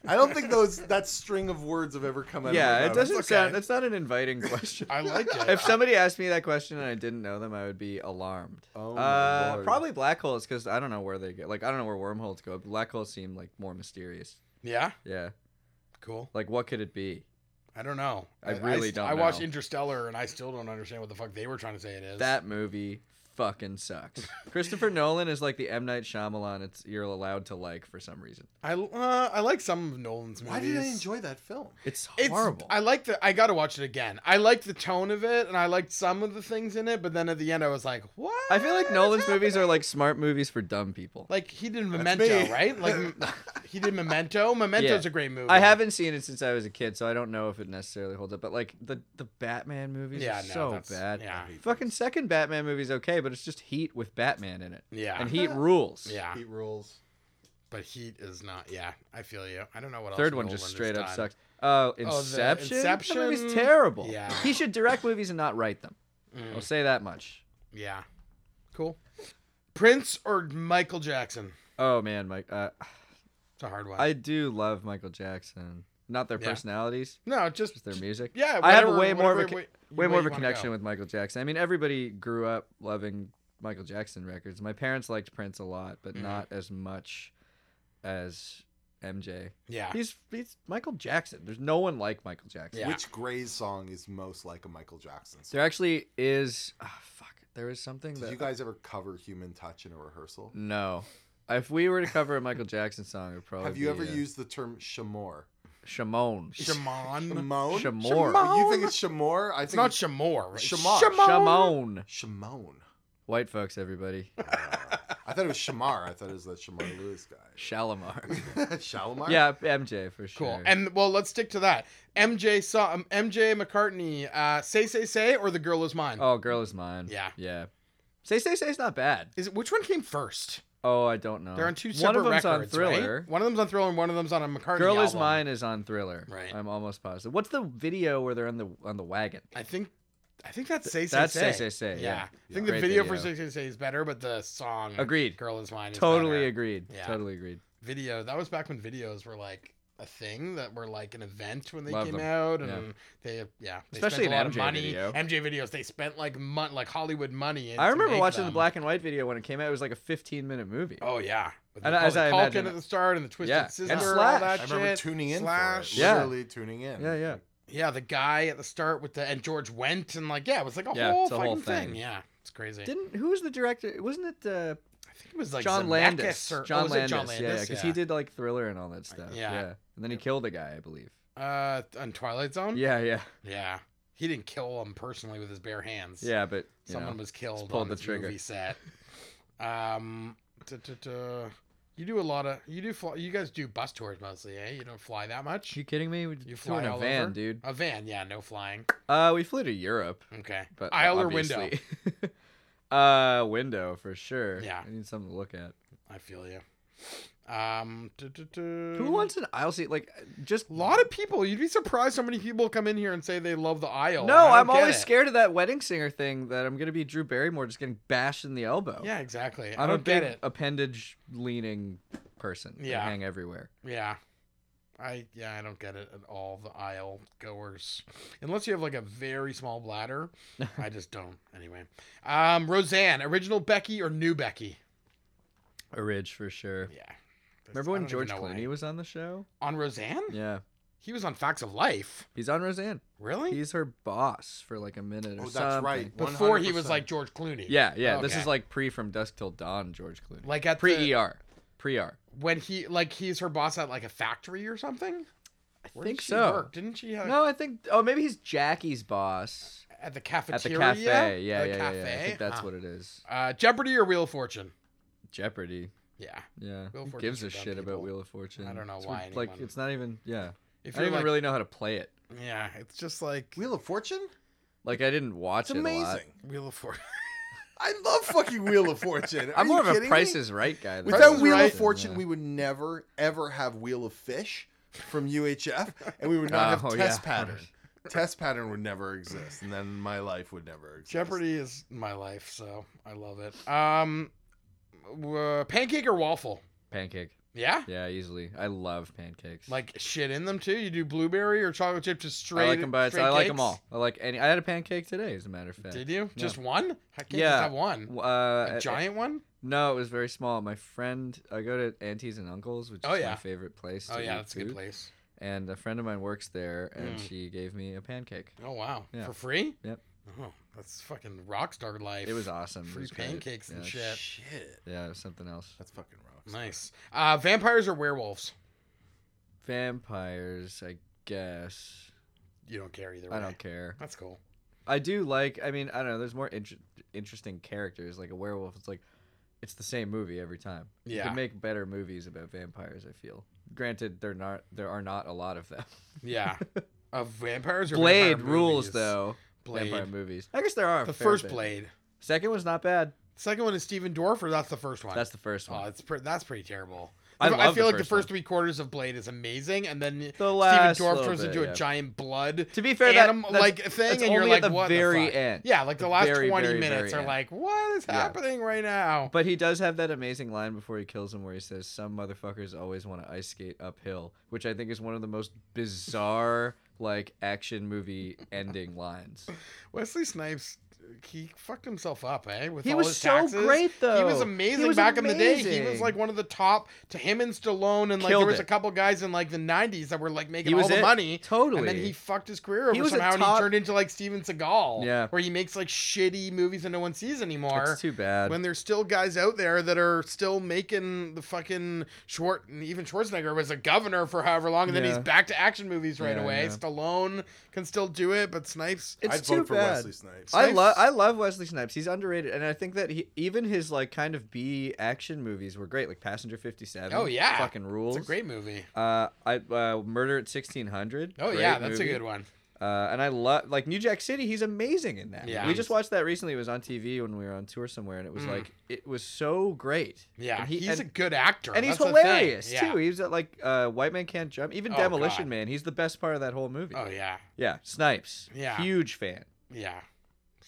Speaker 2: I don't think those that string of words have ever come out.
Speaker 3: Yeah, it
Speaker 2: of my mouth.
Speaker 3: doesn't
Speaker 1: okay.
Speaker 3: sound. That's not an inviting question.
Speaker 1: I like it.
Speaker 3: if somebody asked me that question and I didn't know them, I would be alarmed.
Speaker 2: Oh my
Speaker 3: uh,
Speaker 2: lord.
Speaker 3: probably black holes because I don't know where they go. Like I don't know where wormholes go. But black holes seem like more mysterious.
Speaker 1: yeah.
Speaker 3: Yeah,
Speaker 1: Cool.
Speaker 3: like what could it be?
Speaker 1: I don't know.
Speaker 3: I really
Speaker 1: st-
Speaker 3: don't
Speaker 1: I watched
Speaker 3: know.
Speaker 1: Interstellar and I still don't understand what the fuck they were trying to say it is.
Speaker 3: That movie
Speaker 1: <laughs>
Speaker 3: fucking sucks. Christopher Nolan is like the M Night Shyamalan. It's you're allowed to like for some reason.
Speaker 1: I uh, I like some of Nolan's movies.
Speaker 2: Why did I enjoy that film?
Speaker 3: It's
Speaker 1: It's
Speaker 3: horrible.
Speaker 1: I like the. I got to watch it again. I liked the tone of it, and I liked some of the things in it. But then at the end, I was like, "What?"
Speaker 3: I feel like Nolan's movies are like smart movies for dumb people.
Speaker 1: Like he did
Speaker 2: That's
Speaker 1: Memento,
Speaker 2: me.
Speaker 1: right?
Speaker 2: <laughs>
Speaker 1: Like
Speaker 3: <laughs>
Speaker 1: m- he did Memento. Memento's a great movie.
Speaker 3: I haven't seen it since I was a kid, so I don't know if it necessarily holds up. But like the the Batman movies
Speaker 1: Yeah,
Speaker 3: are
Speaker 1: no,
Speaker 3: so
Speaker 1: that's-
Speaker 3: bad.
Speaker 1: yeah.
Speaker 3: Fucking second Batman movie's okay, but it's just Heat with Batman in it.
Speaker 1: Yeah.
Speaker 3: And Heat rules.
Speaker 1: Yeah,
Speaker 2: Heat rules.
Speaker 1: but Heat is not. Yeah, I feel you. I don't know what else.
Speaker 3: Third one
Speaker 1: Nolan
Speaker 3: just
Speaker 1: has
Speaker 3: straight up
Speaker 1: done.
Speaker 3: sucks. Oh, Inception. That
Speaker 1: Inception?
Speaker 3: movie's terrible.
Speaker 1: Yeah. Mm.
Speaker 3: He should direct movies and not write them. I'll say that much.
Speaker 1: Yeah. Cool. Prince or Michael Jackson?
Speaker 3: Oh man, Mike. Uh,
Speaker 1: It's a hard one.
Speaker 3: I do love Michael Jackson. Not their
Speaker 1: Yeah.
Speaker 3: personalities,
Speaker 1: no, just
Speaker 3: just their music.
Speaker 1: yeah.
Speaker 3: I have
Speaker 1: whatever-
Speaker 3: way more of a
Speaker 1: whatever
Speaker 3: co-
Speaker 1: way, way
Speaker 3: way more of
Speaker 1: you
Speaker 3: a
Speaker 1: wanna
Speaker 3: connection
Speaker 1: go.
Speaker 3: with Michael Jackson. I mean, everybody grew up loving Michael Jackson records. My parents liked Prince a lot, but
Speaker 1: Mhm.
Speaker 3: not as much as MJ. <laughs>
Speaker 1: Yeah.
Speaker 3: He's he's Michael Jackson. There's no one like Michael Jackson.
Speaker 1: Ah. Yeah.
Speaker 2: Which Gray's song is most like a Michael Jackson song?
Speaker 3: There actually is. ah, fuck. There is something
Speaker 2: Did
Speaker 3: that
Speaker 2: you guys ever cover Human Touch in a rehearsal?
Speaker 3: no. If we were to cover a Michael Jackson song, it would probably
Speaker 2: Have you
Speaker 3: be,
Speaker 2: ever
Speaker 3: uh,
Speaker 2: used the term shamor?
Speaker 3: Shimon?
Speaker 1: Shimon.
Speaker 2: Shamon?
Speaker 3: Shamor.
Speaker 2: You think it's shamor? I
Speaker 1: Mm-hmm. It's
Speaker 2: think
Speaker 1: not Shamor. Right?
Speaker 2: Shamar.
Speaker 3: Shimon.
Speaker 2: Shimon.
Speaker 3: White folks, everybody.
Speaker 2: I thought it was Shamar. I thought it was that Shamar Lewis guy.
Speaker 1: <laughs>
Speaker 3: Shalimar.
Speaker 2: <laughs> Shalimar?
Speaker 3: yeah, MJ for sure.
Speaker 1: Cool. And well, let's stick to that. MJ saw um, MJ McCartney. Uh, say say say or the girl is mine.
Speaker 3: Oh, girl is mine.
Speaker 1: Yeah.
Speaker 3: Yeah. Say say say's not bad.
Speaker 1: Is it, which one came first?
Speaker 3: Oh, I don't know.
Speaker 1: They're on two
Speaker 3: One
Speaker 1: separate
Speaker 3: of them's
Speaker 1: records.
Speaker 3: on Thriller.
Speaker 1: Right? One of them's on Thriller and one of them's on a McCartney.
Speaker 3: Girl is
Speaker 1: album.
Speaker 3: mine is on Thriller.
Speaker 1: Right.
Speaker 3: I'm almost positive. What's the video where they're on the on the wagon?
Speaker 1: I think. I think that's say say
Speaker 3: That's
Speaker 1: say.
Speaker 3: Say Say Say,
Speaker 1: Yeah.
Speaker 3: yeah.
Speaker 1: I think the
Speaker 3: Great
Speaker 1: video, for
Speaker 3: video.
Speaker 1: say say say is better, but the song
Speaker 3: Agreed.
Speaker 1: Girl is mine. Is
Speaker 3: Totally
Speaker 1: better.
Speaker 3: agreed.
Speaker 1: Yeah.
Speaker 3: Totally agreed.
Speaker 1: video. That was back when videos were like a thing that were like an event when they
Speaker 3: Love
Speaker 1: came
Speaker 3: them.
Speaker 1: out,
Speaker 3: Yeah.
Speaker 1: and they yeah, they
Speaker 3: Especially
Speaker 1: spent a
Speaker 3: an
Speaker 1: lot of
Speaker 3: MJ
Speaker 1: money.
Speaker 3: video.
Speaker 1: MJ videos, they spent like mon- like Hollywood money. in-
Speaker 3: I
Speaker 1: to
Speaker 3: remember
Speaker 1: make
Speaker 3: watching the
Speaker 1: them.
Speaker 3: black and white video when it came out. It was like a 15 minute movie.
Speaker 1: Oh yeah, with
Speaker 3: And
Speaker 1: the
Speaker 3: as I
Speaker 1: Macaulay Culkin
Speaker 3: imagine-
Speaker 1: at the start and the twisted
Speaker 3: Yeah, and
Speaker 1: sister, all
Speaker 3: Slash.
Speaker 1: that
Speaker 2: I remember
Speaker 1: shit.
Speaker 2: tuning in.
Speaker 1: Slash.
Speaker 2: For it,
Speaker 3: Yeah.
Speaker 2: Literally tuning in.
Speaker 3: Yeah, yeah.
Speaker 1: Yeah, the guy at the start with the and George went and like yeah, it was like a
Speaker 3: Yeah,
Speaker 1: whole
Speaker 3: it's a
Speaker 1: fucking
Speaker 3: whole
Speaker 1: thing.
Speaker 3: thing.
Speaker 1: Yeah, it's crazy.
Speaker 3: Didn't who was the director? Wasn't it uh,
Speaker 1: I think it was like
Speaker 3: John
Speaker 1: Zemeckis
Speaker 3: Landis?
Speaker 1: or- oh,
Speaker 3: John
Speaker 1: was it
Speaker 3: Landis.
Speaker 1: John
Speaker 3: Yeah,
Speaker 1: Landis.
Speaker 3: because he did like Thriller and all that stuff.
Speaker 1: yeah.
Speaker 3: Yeah. And then he killed a guy, I believe.
Speaker 1: uh on Twilight Zone. <laughs>
Speaker 3: Yeah, yeah,
Speaker 1: yeah. He didn't kill him personally with his bare hands.
Speaker 3: yeah. But you
Speaker 1: Someone
Speaker 3: know,
Speaker 1: was killed
Speaker 3: pulled
Speaker 1: on
Speaker 3: the
Speaker 1: this
Speaker 3: trigger.
Speaker 1: movie set. Um, duh, duh, duh. you do a lot of you do fly, you guys do bus tours mostly, eh? You don't fly that much.
Speaker 3: you kidding me? We
Speaker 1: You
Speaker 3: flew
Speaker 1: fly
Speaker 3: in a
Speaker 1: all
Speaker 3: van,
Speaker 1: over?
Speaker 3: dude.
Speaker 1: A van, yeah, no flying.
Speaker 3: Uh, we flew to Europe.
Speaker 1: Okay,
Speaker 3: but
Speaker 1: aisle or
Speaker 3: obviously-
Speaker 1: window.
Speaker 3: <laughs> uh, window for sure.
Speaker 1: Yeah.
Speaker 3: I need something to look at.
Speaker 1: I feel you. Um, duh, duh, duh.
Speaker 3: Who wants an aisle seat? Like, just
Speaker 1: A lot of people. You'd be surprised how many people come in here and say they love the aisle.
Speaker 3: No,
Speaker 1: I
Speaker 3: I'm
Speaker 1: don't get
Speaker 3: always
Speaker 1: it.
Speaker 3: scared of that wedding singer thing. That I'm gonna be Drew Barrymore, just getting bashed in the elbow.
Speaker 1: Yeah, exactly.
Speaker 3: I'm
Speaker 1: I
Speaker 3: a
Speaker 1: don't
Speaker 3: big
Speaker 1: get it.
Speaker 3: appendage leaning person. Yeah,
Speaker 1: Yeah.
Speaker 3: hang everywhere.
Speaker 1: Yeah. I yeah, I don't get it at all. The aisle goers, unless you have like a very small
Speaker 3: <laughs>
Speaker 1: bladder, I just don't. Anyway, um, Roseanne, original Becky or new Becky?
Speaker 3: A ridge for sure.
Speaker 1: Yeah. That's-
Speaker 3: Remember
Speaker 1: I
Speaker 3: when
Speaker 1: don't even
Speaker 3: George
Speaker 1: know why.
Speaker 3: Clooney was on the show?
Speaker 1: on Roseanne?
Speaker 3: <laughs> Yeah,
Speaker 1: He was on Facts of Life.
Speaker 3: he's on Roseanne.
Speaker 1: Really?
Speaker 3: He's her boss for like a minute or
Speaker 2: Oh, that's
Speaker 3: something.
Speaker 2: right.
Speaker 1: Before he was
Speaker 2: 100%.
Speaker 1: like George Clooney.
Speaker 3: Yeah, yeah. This
Speaker 1: Okay.
Speaker 3: is like pre from dusk till dawn, George Clooney.
Speaker 1: Like at
Speaker 3: pre
Speaker 1: the-
Speaker 3: ER, pre ER.
Speaker 1: when he like he's her boss at like a factory or something.
Speaker 3: I
Speaker 1: Where
Speaker 3: think
Speaker 1: did she
Speaker 3: so.
Speaker 1: Work? Didn't she have
Speaker 3: No, I think. Oh, maybe he's Jackie's boss
Speaker 1: at the
Speaker 3: at the
Speaker 1: cafeteria?
Speaker 3: cafe. Yeah,
Speaker 1: The
Speaker 3: yeah, yeah, yeah. I
Speaker 1: cafe?
Speaker 3: think that's
Speaker 1: Huh.
Speaker 3: what it is.
Speaker 1: Uh, Jeopardy or Wheel of Fortune?
Speaker 3: Jeopardy.
Speaker 1: Yeah.
Speaker 3: Yeah.
Speaker 1: Wheel of
Speaker 3: Who
Speaker 1: Fortune's
Speaker 3: gives a
Speaker 1: for
Speaker 3: shit
Speaker 1: dumb
Speaker 3: about
Speaker 1: people.
Speaker 3: Wheel of Fortune?
Speaker 1: I don't know
Speaker 3: It's
Speaker 1: why
Speaker 3: weird, Like,
Speaker 1: anyone-
Speaker 3: it's not even. Yeah.
Speaker 1: If
Speaker 3: I don't even
Speaker 1: like-
Speaker 3: really know how to play it.
Speaker 1: Yeah, it's just like
Speaker 2: Wheel of Fortune?
Speaker 3: Like, I didn't watch
Speaker 2: It's
Speaker 3: it a lot.
Speaker 2: amazing.
Speaker 1: Wheel of
Speaker 3: <laughs>
Speaker 1: Fortune.
Speaker 2: I love fucking Wheel of Fortune. Are
Speaker 3: I'm more
Speaker 2: you
Speaker 3: of a
Speaker 2: kidding me?
Speaker 3: Price is Right guy. than
Speaker 1: Price
Speaker 2: Without
Speaker 1: is
Speaker 2: Wheel
Speaker 1: Right.
Speaker 2: of Fortune,
Speaker 3: Yeah.
Speaker 2: we would never ever have Wheel of Fish from UHF, and we would not
Speaker 3: <laughs> Oh,
Speaker 2: have Test
Speaker 3: yeah.
Speaker 2: Pattern. Test Pattern would never exist, and then my life would never exist.
Speaker 1: Jeopardy is my life, so I love it. Um, uh, pancake or waffle?
Speaker 3: pancake.
Speaker 1: Yeah,
Speaker 3: Yeah, easily. I love pancakes.
Speaker 1: like shit in them too. You do blueberry or chocolate chip just straight.
Speaker 3: I like them by
Speaker 1: straight
Speaker 3: itself. I like them
Speaker 1: cakes?
Speaker 3: all. I like any. I had a pancake today, as a matter of fact.
Speaker 1: Did you just one? I can't
Speaker 3: Yeah.
Speaker 1: just have one.
Speaker 3: W- Uh,
Speaker 1: A giant one?
Speaker 3: No, it was very small. My friend, I go to Aunties and Uncles, which
Speaker 1: Oh,
Speaker 3: is
Speaker 1: yeah.
Speaker 3: my favorite place. To
Speaker 1: Oh yeah,
Speaker 3: eat
Speaker 1: that's a good
Speaker 3: food.
Speaker 1: place.
Speaker 3: And a friend of mine works there, and
Speaker 1: Mm.
Speaker 3: she gave me a pancake.
Speaker 1: Oh wow,
Speaker 3: Yeah.
Speaker 1: for free?
Speaker 3: Yep.
Speaker 1: Oh, that's fucking rock star life.
Speaker 3: It was awesome. It
Speaker 1: free
Speaker 3: was great.
Speaker 1: pancakes and
Speaker 3: Yeah.
Speaker 1: shit.
Speaker 2: Shit,
Speaker 3: Yeah, it was something else.
Speaker 2: that's fucking rough.
Speaker 1: Nice. Uh, vampires or werewolves?
Speaker 3: Vampires, I guess.
Speaker 1: You don't care either.
Speaker 3: I
Speaker 1: way.
Speaker 3: don't care.
Speaker 1: That's cool.
Speaker 3: I do like. I mean, I don't know. There's more inter- interesting characters. Like a werewolf, it's like it's the same movie every time. You
Speaker 1: Yeah.
Speaker 3: can make better movies about vampires. I feel. Granted, there not there are not a lot of them.
Speaker 1: Yeah.
Speaker 3: <laughs>
Speaker 1: Of vampires or <laughs>
Speaker 3: Blade
Speaker 1: vampire
Speaker 3: rules
Speaker 1: movies?
Speaker 3: though.
Speaker 1: Blade.
Speaker 3: Vampire movies. I guess there are. a
Speaker 1: The
Speaker 3: fair
Speaker 1: first
Speaker 3: bit.
Speaker 1: Blade.
Speaker 3: Second one's not bad.
Speaker 1: Second one is Steven Dorff, or that's the first one.
Speaker 3: That's the first
Speaker 1: oh,
Speaker 3: one.
Speaker 1: it's pre- that's pretty terrible.
Speaker 3: I
Speaker 1: I,
Speaker 3: love
Speaker 1: feel
Speaker 3: the
Speaker 1: like the
Speaker 3: first
Speaker 1: first
Speaker 3: one.
Speaker 1: three quarters of Blade is amazing, and then
Speaker 3: last
Speaker 1: Stephen Dorff
Speaker 3: little
Speaker 1: turns
Speaker 3: bit,
Speaker 1: into
Speaker 3: yeah.
Speaker 1: a giant blood.
Speaker 3: To be fair, that-
Speaker 1: anim-
Speaker 3: that's-
Speaker 1: like thing,
Speaker 3: that's
Speaker 1: and you're
Speaker 3: only at
Speaker 1: like,
Speaker 3: the
Speaker 1: what
Speaker 3: very
Speaker 1: fuck?
Speaker 3: end.
Speaker 1: Yeah, like the,
Speaker 3: The
Speaker 1: last
Speaker 3: very,
Speaker 1: twenty
Speaker 3: very,
Speaker 1: minutes
Speaker 3: very
Speaker 1: are
Speaker 3: end.
Speaker 1: like, what is
Speaker 3: Yeah.
Speaker 1: happening right now?
Speaker 3: But he does have that amazing line before he kills him where he says, Some motherfuckers always want to ice skate uphill, which I think is one of the most bizarre, like, action <laughs> movie ending lines.
Speaker 1: Wesley Snipes, he fucked himself up, eh? With
Speaker 3: He
Speaker 1: all
Speaker 3: was
Speaker 1: his
Speaker 3: so
Speaker 1: taxes.
Speaker 3: great,
Speaker 1: He
Speaker 3: though.
Speaker 1: was
Speaker 3: He
Speaker 1: amazing
Speaker 3: was
Speaker 1: back in the day. He was
Speaker 3: amazing.
Speaker 1: like one of the top to him and Stallone, and like
Speaker 3: Killed
Speaker 1: there was
Speaker 3: it.
Speaker 1: a couple guys in like the '90s that were like making
Speaker 3: He
Speaker 1: all
Speaker 3: was
Speaker 1: the
Speaker 3: it.
Speaker 1: money.
Speaker 3: Totally.
Speaker 1: And then he fucked his career over
Speaker 3: He was a
Speaker 1: somehow, and
Speaker 3: top-
Speaker 1: he turned into like Steven Seagal.
Speaker 3: Yeah.
Speaker 1: Where he makes like shitty movies that no one sees anymore.
Speaker 3: It's too bad.
Speaker 1: when there's still guys out there that are still making the fucking Schwart and even Schwarzenegger was a governor for however long, and then he's
Speaker 3: Yeah.
Speaker 1: back to action movies right
Speaker 3: Yeah,
Speaker 1: away.
Speaker 3: yeah.
Speaker 1: Stallone can still do it, but Snipes.
Speaker 3: It's
Speaker 2: I'd
Speaker 3: too
Speaker 2: vote for
Speaker 3: bad.
Speaker 2: Wesley Snipes.
Speaker 3: I
Speaker 1: Snipes-
Speaker 3: love I love Wesley Snipes. He's underrated, and I think that he even his like kind of B action movies were great, like Passenger Fifty Seven.
Speaker 1: Oh, yeah.
Speaker 3: fucking rules.
Speaker 1: It's a great movie.
Speaker 3: Uh, I uh, Murder at Sixteen Hundred.
Speaker 1: Oh yeah, that's a good one.
Speaker 3: Uh, and I love like New Jack City. He's amazing in that.
Speaker 1: Yeah.
Speaker 3: we just watched that recently. It was on TV when we were on tour somewhere, and it was
Speaker 1: Mm.
Speaker 3: like it was so great.
Speaker 1: Yeah,
Speaker 3: and he-
Speaker 1: he's a
Speaker 3: and-
Speaker 1: good actor,
Speaker 3: And he's
Speaker 1: Oh, that's the thing.
Speaker 3: hilarious
Speaker 1: Yeah.
Speaker 3: too. He's at like uh, White Man Can't Jump, even
Speaker 1: Oh,
Speaker 3: Demolition
Speaker 1: God.
Speaker 3: Man. He's the best part of that whole movie.
Speaker 1: Oh yeah,
Speaker 3: Yeah, Snipes.
Speaker 1: Yeah.
Speaker 3: huge fan.
Speaker 1: yeah.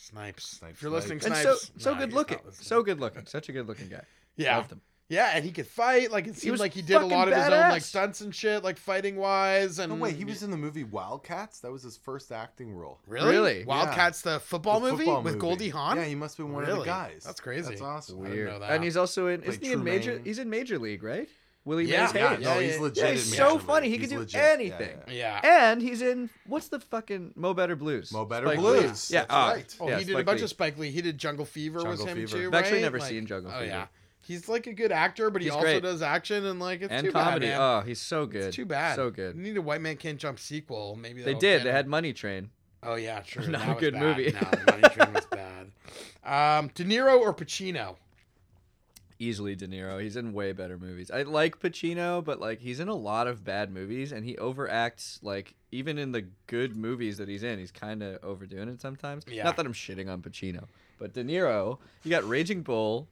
Speaker 1: Snipes.
Speaker 2: Snipes,
Speaker 1: If you're
Speaker 2: Snipes.
Speaker 1: listening,
Speaker 3: And
Speaker 1: Snipes.
Speaker 3: so so
Speaker 1: Nah,
Speaker 3: good
Speaker 1: he's
Speaker 3: looking,
Speaker 1: not listening.
Speaker 3: so good looking, such a good looking guy.
Speaker 1: <laughs> yeah,
Speaker 3: Loved him.
Speaker 1: yeah, and he could fight. Like it seemed
Speaker 3: was
Speaker 1: like he did a
Speaker 3: fucking
Speaker 1: lot of his own like
Speaker 3: badass.
Speaker 1: stunts and shit, like fighting wise. And
Speaker 2: No, wait, he was in the movie Wildcats. That was his first acting role.
Speaker 1: Really?
Speaker 3: Really?
Speaker 1: Wildcats, the football
Speaker 2: The
Speaker 1: movie
Speaker 2: football
Speaker 1: with
Speaker 2: movie.
Speaker 1: Goldie Hawn.
Speaker 2: Yeah, he must have been one of
Speaker 1: Really?
Speaker 2: the guys.
Speaker 1: That's crazy.
Speaker 2: That's awesome.
Speaker 1: I didn't know that.
Speaker 3: And he's also in.
Speaker 2: Played
Speaker 3: Isn't he in major?
Speaker 2: Tremaine.
Speaker 3: He's in Major League, right? Willie
Speaker 1: Yeah.
Speaker 3: Mays Hayes.
Speaker 1: Yeah,
Speaker 2: Yeah, no,
Speaker 1: yeah,
Speaker 2: he's
Speaker 1: yeah.
Speaker 2: legit.
Speaker 3: Yeah,
Speaker 2: in
Speaker 3: he's
Speaker 2: the
Speaker 3: so
Speaker 2: action movie.
Speaker 3: funny. He
Speaker 2: He's
Speaker 3: could do
Speaker 2: legit. Yeah, yeah,
Speaker 3: anything.
Speaker 2: yeah.
Speaker 1: yeah.
Speaker 3: And he's in what's the fucking Mo Better Blues?
Speaker 2: Mo Better
Speaker 3: Spike Lee.
Speaker 2: Blues.
Speaker 3: Yeah,
Speaker 2: That's
Speaker 3: ah,
Speaker 2: right.
Speaker 1: Oh,
Speaker 3: yeah,
Speaker 1: he did a
Speaker 3: Spike
Speaker 1: bunch
Speaker 3: Lee.
Speaker 1: of Spike Lee. He did Jungle Fever was
Speaker 2: Jungle
Speaker 1: him
Speaker 2: Fever.
Speaker 1: too.
Speaker 3: I've actually
Speaker 1: right?
Speaker 3: never
Speaker 1: Like-
Speaker 3: seen Jungle
Speaker 1: oh,
Speaker 3: Fever.
Speaker 1: yeah, he's like a good actor, but he
Speaker 3: He's
Speaker 1: also
Speaker 3: great.
Speaker 1: does action and like it's
Speaker 3: and
Speaker 1: too
Speaker 3: comedy.
Speaker 1: Bad, man.
Speaker 3: oh, he's so good.
Speaker 1: It's too bad. oh,
Speaker 3: So
Speaker 1: You
Speaker 3: good.
Speaker 1: need a White Man Can't Jump sequel. Maybe
Speaker 3: They
Speaker 1: that'll
Speaker 3: did.
Speaker 1: get
Speaker 3: They
Speaker 1: him.
Speaker 3: had Money Train.
Speaker 1: Oh yeah, true.
Speaker 3: <laughs> Not
Speaker 1: That
Speaker 3: a
Speaker 1: was
Speaker 3: good
Speaker 1: bad.
Speaker 3: movie.
Speaker 1: No, the Money Train was bad. Um, De Niro or Pacino?
Speaker 3: Easily De Niro. He's in way better movies. I like Pacino, but like he's in a lot of bad movies, and he overacts. Like even in the good movies that he's in, he's kind of overdoing it sometimes.
Speaker 1: Yeah.
Speaker 3: Not that I'm shitting on Pacino, but De Niro. You got Raging Bull.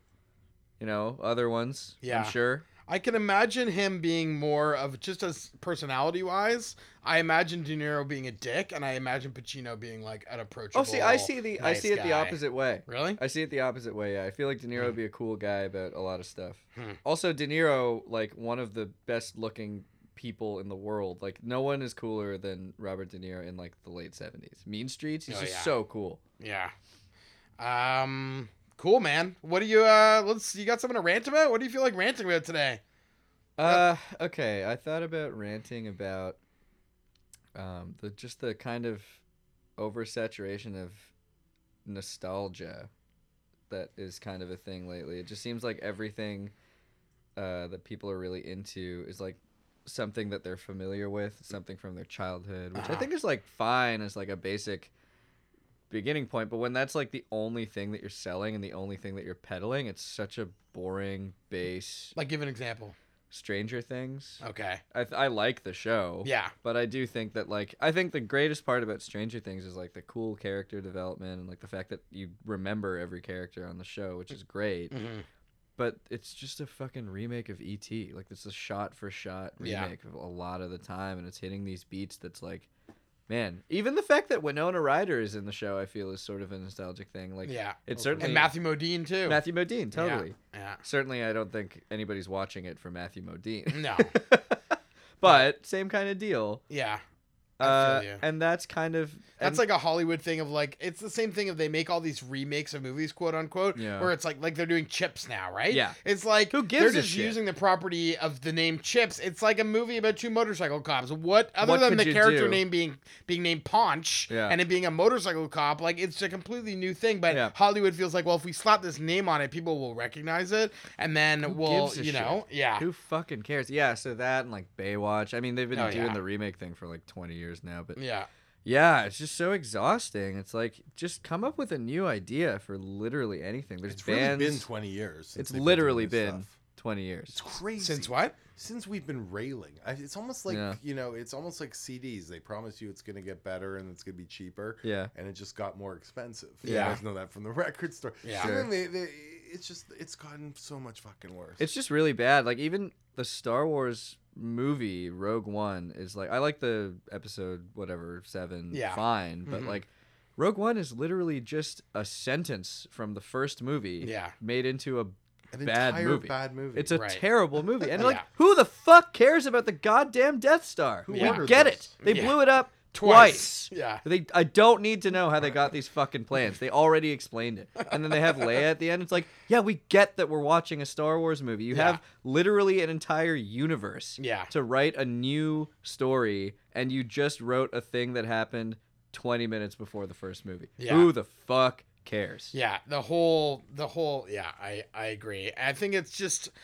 Speaker 3: You know other ones.
Speaker 1: Yeah.
Speaker 3: I'm sure.
Speaker 1: I can imagine him being more of just as personality wise. I imagine De Niro being a dick, and I imagine Pacino being like an approachable.
Speaker 3: Oh, see, I see the I
Speaker 1: nice
Speaker 3: see it the
Speaker 1: guy.
Speaker 3: opposite way.
Speaker 1: Really?
Speaker 3: I see it the opposite way. Yeah, I feel like De Niro would be a cool guy about a lot of stuff.
Speaker 1: Hmm.
Speaker 3: Also, De Niro, like one of the best looking people in the world. Like no one is cooler than Robert De Niro in like the late seventies. Mean Streets, he's
Speaker 1: Oh,
Speaker 3: just
Speaker 1: yeah.
Speaker 3: so cool.
Speaker 1: Yeah. Um. Cool, man. What do you? Uh. Let's. You got something to rant about? What do you feel like ranting about today?
Speaker 3: Uh, okay. I thought about ranting about um the just the kind of oversaturation of nostalgia that is kind of a thing lately. It just seems like everything uh that people are really into is like something that they're familiar with, something from their childhood, which I
Speaker 1: Uh-huh.
Speaker 3: think is like fine as like a basic beginning point, but when that's like the only thing that you're selling and the only thing that you're peddling, it's such a boring base
Speaker 1: Like, give an example.
Speaker 3: Stranger Things.
Speaker 1: Okay.
Speaker 3: I, th- I like the show.
Speaker 1: Yeah.
Speaker 3: But I do think that like I think the greatest part about Stranger Things is like the cool character development and like the fact that you remember every character on the show, which is great.
Speaker 1: Mm-hmm.
Speaker 3: But it's just a fucking remake of ET. Like it's a shot for shot
Speaker 1: Yeah.
Speaker 3: remake of a lot of the time and it's hitting these beats that's like man, even the fact that Winona Ryder is in the show I feel is sort of a nostalgic thing. Like
Speaker 1: Yeah.
Speaker 2: And
Speaker 3: it's certainly
Speaker 1: And Matthew Modine too.
Speaker 3: Matthew Modine,
Speaker 1: Yeah,
Speaker 3: totally.
Speaker 1: Yeah.
Speaker 3: Certainly I don't think anybody's watching it for Matthew Modine.
Speaker 1: No.
Speaker 3: <laughs> but same kind of deal.
Speaker 1: Yeah. I
Speaker 3: Uh,
Speaker 1: feel you.
Speaker 3: and that's kind of
Speaker 1: That's like a Hollywood thing of like it's the same thing if they make all these remakes of movies, quote unquote,
Speaker 3: Yeah.
Speaker 1: where it's like like they're doing Chips now, right?
Speaker 3: Yeah.
Speaker 1: It's like
Speaker 3: Who gives
Speaker 1: they're
Speaker 3: a
Speaker 1: just
Speaker 3: shit?
Speaker 1: using the property of the name Chips. It's like a movie about two motorcycle cops. What other
Speaker 3: What
Speaker 1: than
Speaker 3: could
Speaker 1: the
Speaker 3: you
Speaker 1: character
Speaker 3: do?
Speaker 1: name being being named Paunch
Speaker 3: Yeah.
Speaker 1: and it being a motorcycle cop, like it's a completely new thing. But
Speaker 3: Yeah.
Speaker 1: Hollywood feels like, well, if we slap this name on it, people will recognize it, and then we'll,
Speaker 3: gives a
Speaker 1: you know, yeah.
Speaker 3: who fucking cares? Yeah, so that and like Baywatch. I mean, they've been
Speaker 1: Oh,
Speaker 3: doing
Speaker 1: yeah.
Speaker 3: the remake thing for like 20 years now, but
Speaker 1: Yeah,
Speaker 3: yeah, it's just so exhausting. It's like just come up with a new idea for literally anything. There's
Speaker 2: It's
Speaker 3: bands.
Speaker 2: really been 20 years. since
Speaker 3: it's
Speaker 2: they've been
Speaker 3: literally
Speaker 2: doing this
Speaker 3: been
Speaker 2: stuff.
Speaker 3: 20
Speaker 2: It's
Speaker 3: years.
Speaker 2: crazy.
Speaker 1: since what?
Speaker 2: Since we've been railing, I, it's almost like
Speaker 3: Yeah.
Speaker 2: you know, it's almost like CDs. They promise you it's going to get better and it's going to be cheaper.
Speaker 3: Yeah.
Speaker 2: and it just got more expensive.
Speaker 1: Yeah.
Speaker 2: you guys know that from the <laughs> record store.
Speaker 1: Yeah.
Speaker 2: So
Speaker 3: Sure.
Speaker 2: then they- they- it's just it's gotten so much fucking worse.
Speaker 3: It's just really bad. Like even the Star Wars movie Rogue One is like I like the episode whatever seven
Speaker 1: Yeah. Mm-hmm.
Speaker 3: fine, but like Rogue One is literally just a sentence from the first movie
Speaker 1: Yeah.
Speaker 3: made into a
Speaker 2: An
Speaker 3: bad
Speaker 2: entire
Speaker 3: movie.
Speaker 2: bad movie.
Speaker 3: It's a
Speaker 1: Right.
Speaker 3: terrible
Speaker 1: <laughs>
Speaker 3: movie. And like
Speaker 1: Yeah.
Speaker 3: who the fuck cares about the goddamn Death Star?
Speaker 2: Who
Speaker 1: Yeah.
Speaker 3: We
Speaker 2: ordered
Speaker 3: get
Speaker 2: this?
Speaker 3: it. They
Speaker 1: Yeah.
Speaker 3: blew it up
Speaker 1: Twice.
Speaker 3: twice.
Speaker 1: Yeah.
Speaker 3: They I don't need to know how they got these fucking plans. They already explained it. And then they have Leia at the end. It's like, yeah, we get that we're watching a Star Wars movie. You
Speaker 1: Yeah.
Speaker 3: have literally an entire universe
Speaker 1: Yeah.
Speaker 3: to write a new story and you just wrote a thing that happened 20 minutes before the first movie.
Speaker 1: Yeah.
Speaker 3: Who the fuck cares?
Speaker 1: Yeah, the whole the whole yeah, I I agree. I think it's just <sighs>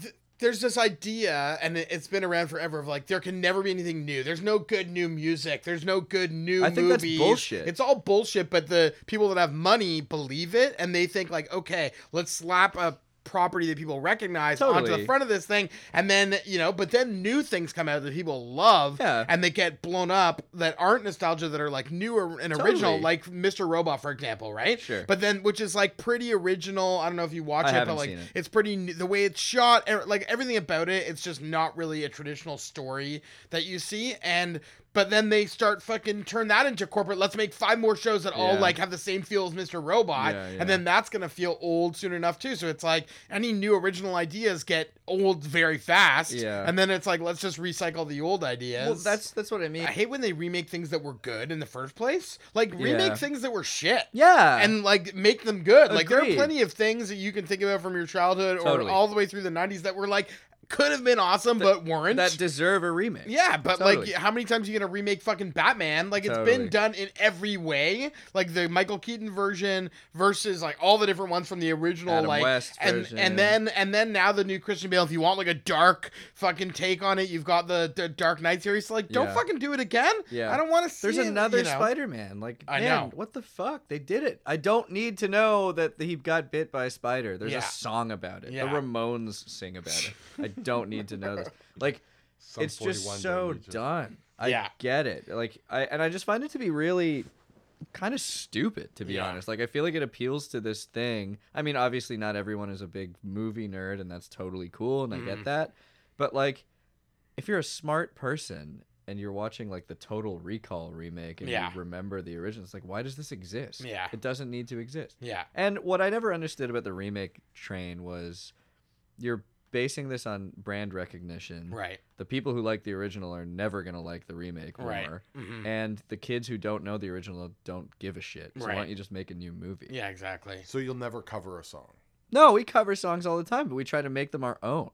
Speaker 1: th- there's this idea and it- it's been around forever of like there can never be anything new. There's no good new music. There's no good new
Speaker 3: I think that's
Speaker 1: movies.
Speaker 3: bullshit.
Speaker 1: It's all bullshit, but the people that have money believe it and they think like, "Okay, let's slap a property that people recognize onto the
Speaker 3: Totally.
Speaker 1: front of this thing and then you know but then new things come out that people love
Speaker 3: Yeah.
Speaker 1: and they get blown up that aren't nostalgia that are like newer and original
Speaker 3: Totally.
Speaker 1: like Mr. Robot, for example, right?
Speaker 3: Sure.
Speaker 1: But then, which is like pretty original. I don't know if you watch
Speaker 3: I
Speaker 1: it, but
Speaker 3: haven't
Speaker 1: like
Speaker 3: seen it.
Speaker 1: it's pretty new- the way it's shot, er- like everything about it. It's just not really a traditional story that you see. And but then they start fucking turn that into corporate. Let's make five more shows that all
Speaker 3: Yeah.
Speaker 1: like have the same feel as Mr. Robot,
Speaker 3: Yeah, yeah.
Speaker 1: and then that's gonna feel old soon enough too. So it's like any new original ideas get old very fast.
Speaker 3: Yeah.
Speaker 1: And then it's like let's just recycle the old ideas.
Speaker 3: Well, that's that's what I mean.
Speaker 1: I hate when they remake things that were good in the first place. Like remake
Speaker 3: Yeah.
Speaker 1: things that were shit.
Speaker 3: yeah.
Speaker 1: And like make them good. Like there are
Speaker 3: Agreed.
Speaker 1: plenty of things that you can think about from your childhood
Speaker 3: Totally.
Speaker 1: or all the way through the '90s that were like could have been awesome but weren't.
Speaker 3: that deserve a remake.
Speaker 1: yeah, but
Speaker 3: Totally.
Speaker 1: like, how many times are you gonna remake fucking Batman? Like, it's been
Speaker 3: Totally.
Speaker 1: done in every way. Like the Michael Keaton version versus like all the different ones from the original.
Speaker 3: Adam
Speaker 1: like,
Speaker 3: West
Speaker 1: and
Speaker 3: version.
Speaker 1: and then and then now the new Christian Bale. If you want like a dark fucking take on it, you've got the, the Dark Knight series. So, like, don't
Speaker 3: Yeah.
Speaker 1: fucking do it again.
Speaker 3: Yeah.
Speaker 1: I don't want to see.
Speaker 3: There's
Speaker 1: it,
Speaker 3: another
Speaker 1: you know?
Speaker 3: Spider-Man. Like,
Speaker 1: I
Speaker 3: man,
Speaker 1: know.
Speaker 3: what the fuck? They did it. I don't need to know that he got bit by a spider. There's
Speaker 1: Yeah.
Speaker 3: a song about it.
Speaker 1: Yeah.
Speaker 3: The Ramones sing about it. I don't need to
Speaker 1: <laughs>
Speaker 3: know this. Like,
Speaker 2: Some
Speaker 3: it's just
Speaker 2: 41
Speaker 3: so
Speaker 2: don't need to-
Speaker 3: done. I
Speaker 1: Yeah.
Speaker 3: get it. Like, I and I just find it to be really kind of stupid to be
Speaker 1: Yeah.
Speaker 3: honest like i feel like it appeals to this thing i mean obviously not everyone is a big movie nerd and that's totally cool and i
Speaker 1: Mm-hmm.
Speaker 3: get that but like if you're a smart person and you're watching like the total recall remake and
Speaker 1: Yeah.
Speaker 3: you remember the original it's like why does this exist
Speaker 1: Yeah.
Speaker 3: it doesn't need to exist
Speaker 1: Yeah.
Speaker 3: and what i never understood about the remake train was you're basing this on brand recognition
Speaker 1: Right.
Speaker 3: the people who like the original are never going to like the remake more.
Speaker 1: Right. Mhm.
Speaker 3: And the kids who don't know the original don't give a shit. So why
Speaker 1: Right.
Speaker 3: don't you just make a new movie?
Speaker 1: Yeah. Exactly.
Speaker 2: So you'll never cover a song,
Speaker 3: No, we cover songs all the time, but we try to make them our own.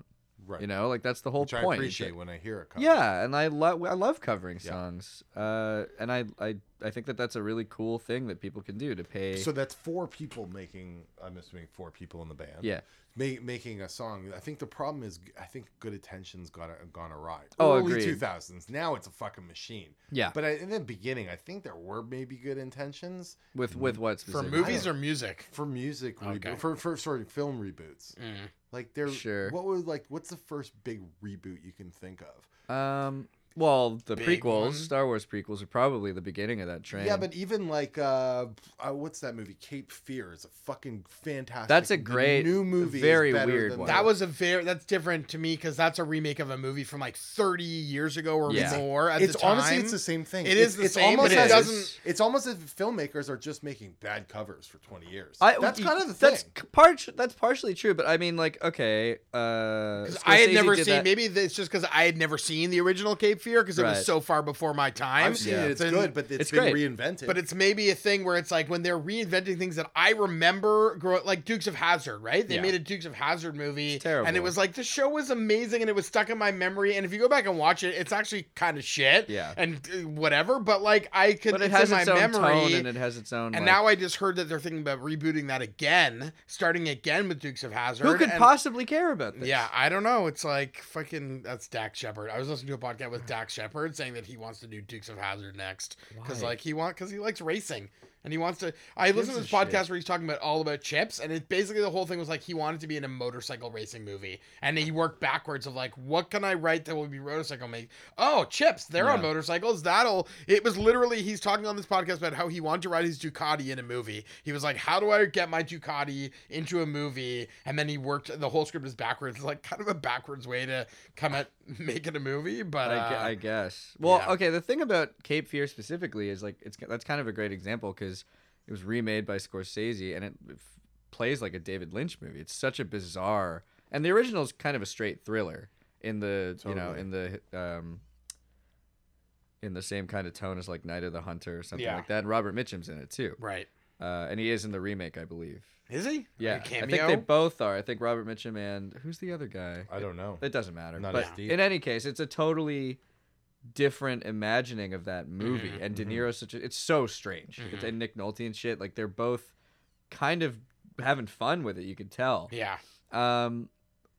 Speaker 2: right?
Speaker 3: You know, like that's the whole
Speaker 2: which
Speaker 3: point.
Speaker 2: I
Speaker 3: is
Speaker 2: appreciate
Speaker 3: that-
Speaker 2: when I hear it. Covered.
Speaker 3: yeah, and I love I love covering
Speaker 2: Yeah.
Speaker 3: songs, uh, and I, I I think that that's a really cool thing that people can do to pay.
Speaker 2: So that's four people making. I'm assuming four people in the band.
Speaker 3: Yeah.
Speaker 2: Ma- making a song. I think the problem is, I think Good Attention's gone gone awry.
Speaker 3: Oh,
Speaker 2: Early
Speaker 3: agreed.
Speaker 2: 2000s. Now it's a fucking machine.
Speaker 3: Yeah.
Speaker 2: But I, in the beginning, I think there were maybe good intentions
Speaker 3: with with what
Speaker 1: For
Speaker 3: specifically?
Speaker 1: movies or music.
Speaker 2: for music rebo-
Speaker 1: Okay.
Speaker 2: for for sorry film reboots.
Speaker 1: Mm.
Speaker 2: Like there,
Speaker 3: Sure.
Speaker 2: What was like? What's the first big reboot you can think of?
Speaker 3: um, well, the
Speaker 1: Big
Speaker 3: prequels,
Speaker 1: one.
Speaker 3: Star Wars prequels, are probably the beginning of that train.
Speaker 2: Yeah, but even like uh, uh what's that movie? Cape Fear is a fucking fantastic.
Speaker 3: That's a
Speaker 2: the
Speaker 3: great,
Speaker 2: new movie. is
Speaker 3: very
Speaker 2: better
Speaker 3: weird
Speaker 2: than
Speaker 3: one.
Speaker 1: That was a very that's different to me because that's a remake of a movie from like 30 years ago or
Speaker 3: Yeah.
Speaker 1: more. At
Speaker 2: it's
Speaker 1: the time.
Speaker 2: honestly it's the same thing.
Speaker 1: It
Speaker 2: It's-
Speaker 1: is the
Speaker 2: it's
Speaker 1: same,
Speaker 2: Almost
Speaker 1: but it
Speaker 2: as,
Speaker 1: doesn't-
Speaker 2: It's almost as if filmmakers are just making bad covers for twenty years.
Speaker 3: I,
Speaker 2: that's
Speaker 3: y-
Speaker 2: kind of the
Speaker 3: that's
Speaker 2: thing.
Speaker 3: c- part. That's partially true, but I mean, like, okay, uh,
Speaker 1: Because I had
Speaker 3: Scorsese
Speaker 1: never
Speaker 3: did
Speaker 1: seen.
Speaker 3: that-
Speaker 1: Maybe th- it's just because I had never seen the original Cape Fear because it was
Speaker 3: Right.
Speaker 1: so far before my time.
Speaker 2: I've seen
Speaker 3: Yeah.
Speaker 2: it. It's
Speaker 1: Then-
Speaker 2: good, but it's
Speaker 3: It's
Speaker 2: been
Speaker 3: great.
Speaker 2: reinvented.
Speaker 1: But it's maybe a thing where it's like when they're reinventing things that I remember growing, like Dukes of Hazard, right? They
Speaker 3: Yeah.
Speaker 1: made a Dukes of Hazard movie,
Speaker 3: It's terrible.
Speaker 1: and it was like the show was amazing and it was stuck in my memory. And if you go back and watch it, it's actually kind of shit,
Speaker 3: Yeah.
Speaker 1: and uh, whatever. But like I could,
Speaker 3: but it
Speaker 1: it's
Speaker 3: has
Speaker 1: in
Speaker 3: its
Speaker 1: my
Speaker 3: own
Speaker 1: memory,
Speaker 3: tone and it has its own.
Speaker 1: And
Speaker 3: like-
Speaker 1: now I just heard that they're thinking about rebooting that again, starting again with Dukes of Hazard.
Speaker 3: who could
Speaker 1: and-
Speaker 3: possibly care about this?
Speaker 1: Yeah, I don't know. It's like fucking that's Dax Shepard. I was listening to a podcast with Dax Shepard saying that he wants to do Dukes of Hazard next because
Speaker 3: Why?
Speaker 1: like he want because he likes racing and he wants to. I listened to this
Speaker 3: gives a
Speaker 1: podcast
Speaker 3: shit?
Speaker 1: where he's talking about all about chips, and it basically the whole thing was like he wanted to be in a motorcycle racing movie, and he worked backwards of like, what can I write that will be motorcycle make? Oh, chips! They're on
Speaker 3: Yeah.
Speaker 1: motorcycles. That'll. It was literally he's talking on this podcast about how he wanted to ride his Ducati in a movie. He was like, how do I get my Ducati into a movie? And then he worked. The whole script is backwards. <laughs> It's like kind of a backwards way to come at <laughs> making a movie, but
Speaker 3: I, gue-
Speaker 1: uh,
Speaker 3: I guess. Well,
Speaker 1: yeah.
Speaker 3: okay. The thing about Cape Fear specifically is like it's that's kind of a great example because it was remade by Scorsese and it f- plays like a David Lynch movie. It's such a bizarre, and the original is kind of a straight thriller in the you know
Speaker 2: Totally.
Speaker 3: in the um in the same kind of tone as like Night of the Hunter or something
Speaker 1: Yeah.
Speaker 3: like that. And Robert Mitchum's in it too,
Speaker 1: right.
Speaker 3: uh, and he is in the remake, I believe.
Speaker 1: Is he?
Speaker 3: Yeah,
Speaker 1: A
Speaker 3: I
Speaker 1: cameo?
Speaker 3: think they both are. I think Robert Mitchum and who's the other guy?
Speaker 4: I don't know.
Speaker 3: It doesn't matter.
Speaker 4: Not
Speaker 3: but
Speaker 4: as deep.
Speaker 3: in any case, it's a totally different imagining of
Speaker 1: Mm-hmm.
Speaker 3: that movie. And
Speaker 4: Mm-hmm.
Speaker 3: De Niro's such a, it's so strange. It's, and Nick Nolte and shit, like they're both kind of having fun with it, you could tell.
Speaker 1: yeah.
Speaker 3: Um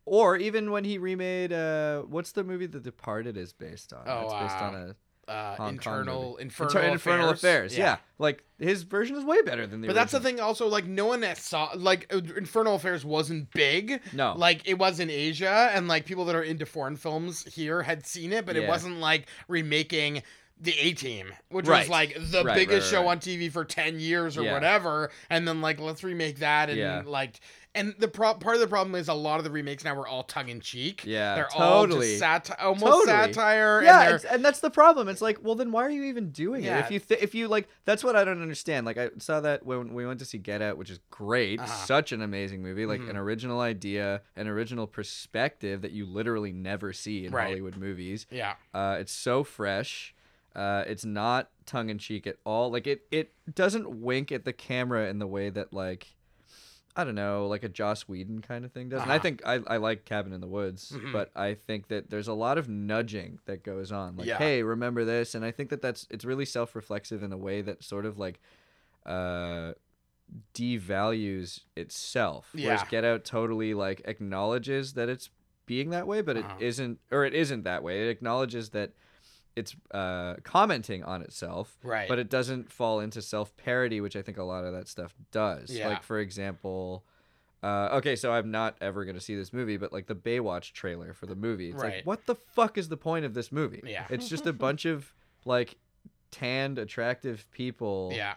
Speaker 3: or even when he remade uh what's the movie The Departed is based on?
Speaker 1: Oh,
Speaker 3: it's based
Speaker 1: uh,
Speaker 3: on a
Speaker 1: Uh,
Speaker 3: Hong Kong
Speaker 1: internal
Speaker 3: movie.
Speaker 1: infernal,
Speaker 3: Inter- Infernal
Speaker 1: affairs.
Speaker 3: Yeah. Like his version is way better than the
Speaker 1: But that's the
Speaker 3: original.
Speaker 1: thing. Also, like no one that saw like uh, Infernal Affairs wasn't big.
Speaker 3: No.
Speaker 1: like it was in Asia, and like people that are into foreign films here had seen it, but it
Speaker 3: Yeah.
Speaker 1: wasn't like remaking the A Team, which was
Speaker 3: Right.
Speaker 1: like the
Speaker 3: Right, right,
Speaker 1: biggest
Speaker 3: right,
Speaker 1: show
Speaker 3: right.
Speaker 1: on TV for ten years or
Speaker 3: Yeah.
Speaker 1: whatever, and then like let's remake that, and
Speaker 3: Yeah.
Speaker 1: like and the pro- part of the problem is a lot of the remakes now are all tongue in cheek.
Speaker 3: Yeah,
Speaker 1: they're all
Speaker 3: totally.
Speaker 1: just sati- almost
Speaker 3: Totally.
Speaker 1: satire.
Speaker 3: Yeah,
Speaker 1: and
Speaker 3: it's- and that's the problem. It's like, well, then why are you even doing
Speaker 1: Yeah.
Speaker 3: it? If you th- if you like, that's what I don't understand. Like, I saw that when we went to see Get Out, which is great,
Speaker 1: Uh-huh. Mm-hmm.
Speaker 3: such an amazing movie, like an original idea, an original perspective that you literally never see in
Speaker 1: Right.
Speaker 3: Hollywood movies.
Speaker 1: they're, yeah.
Speaker 3: Uh, it's so fresh. Uh, it's not tongue in cheek at all. Like it, it doesn't wink at the camera in the way that like, I don't know, like a Joss Whedon kind of thing does. And I
Speaker 1: Uh-huh.
Speaker 3: think I, I like Cabin in the Woods,
Speaker 1: Mm-hmm.
Speaker 3: but I think that there's a lot of nudging that goes on. Like,
Speaker 1: Yeah.
Speaker 3: hey, remember this? And I think that that's it's really self reflexive in a way that sort of like, uh, devalues itself. Whereas
Speaker 1: Yeah.
Speaker 3: Get Out totally like acknowledges that it's being that way, but it
Speaker 1: Uh-huh.
Speaker 3: not or it isn't that way. It acknowledges that it's uh, commenting on itself,
Speaker 1: Right.
Speaker 3: But it doesn't fall into self parody, which I think a lot of that stuff does.
Speaker 1: Yeah.
Speaker 3: Like for example, uh, okay, so I'm not ever gonna see this movie, but like the Baywatch trailer for the movie, it's
Speaker 1: Right.
Speaker 3: like what the fuck is the point of this movie?
Speaker 1: Yeah.
Speaker 3: it's
Speaker 1: <laughs>
Speaker 3: just a bunch of like tanned, attractive people
Speaker 1: Yeah.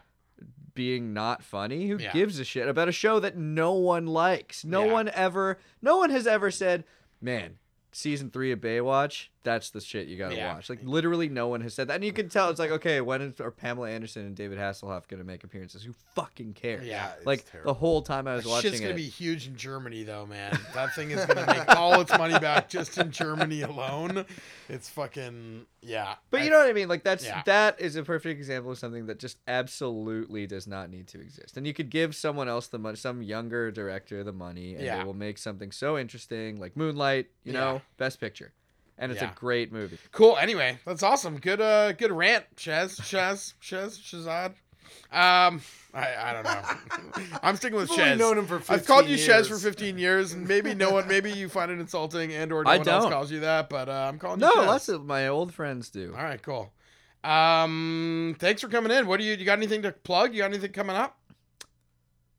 Speaker 3: being not funny. Who
Speaker 1: Yeah.
Speaker 3: gives a shit about a show that no one likes? No
Speaker 1: Yeah.
Speaker 3: one ever, no one has ever said, man, season three of Baywatch, that's the shit you gotta
Speaker 1: Yeah.
Speaker 3: watch. Like, literally, no one has said that. And you can tell it's like, okay, when is, are Pamela Anderson and David Hasselhoff gonna make appearances? Who fucking cares?
Speaker 1: Yeah,
Speaker 2: it's
Speaker 3: Like,
Speaker 2: terrible.
Speaker 3: the whole time I was
Speaker 1: That
Speaker 3: watching
Speaker 1: shit's gonna
Speaker 3: it.
Speaker 1: be huge in Germany, though, man. That thing is gonna make all its money back just in Germany alone. It's fucking yeah.
Speaker 3: but
Speaker 1: I-
Speaker 3: you know what I mean? Like that's
Speaker 1: Yeah.
Speaker 3: that is a perfect example of something that just absolutely does not need to exist. And you could give someone else the money, some younger director the money, and
Speaker 1: Yeah.
Speaker 3: they will make something so interesting, like Moonlight. You
Speaker 1: Yeah.
Speaker 3: know, Best Picture, and it's
Speaker 1: Yeah.
Speaker 3: a great movie.
Speaker 1: cool. Anyway, that's awesome. Good, uh, good rant, Chaz, Chaz, Chaz, Shazad. Um, I, I don't
Speaker 3: <laughs>
Speaker 1: know. I'm sticking with
Speaker 2: I've only
Speaker 1: Chaz.
Speaker 2: known him for
Speaker 1: I've called
Speaker 2: 15
Speaker 1: you Chaz
Speaker 2: years.
Speaker 1: for 15 years, and maybe no one, maybe you find it insulting, and or no
Speaker 3: I
Speaker 1: one else
Speaker 3: don't.
Speaker 1: calls you that. But uh, I'm calling
Speaker 3: No,
Speaker 1: you Chaz.
Speaker 3: lots of my old friends do.
Speaker 1: All right, cool. Um, thanks for coming in. What do you? You got anything to plug? You got anything coming up?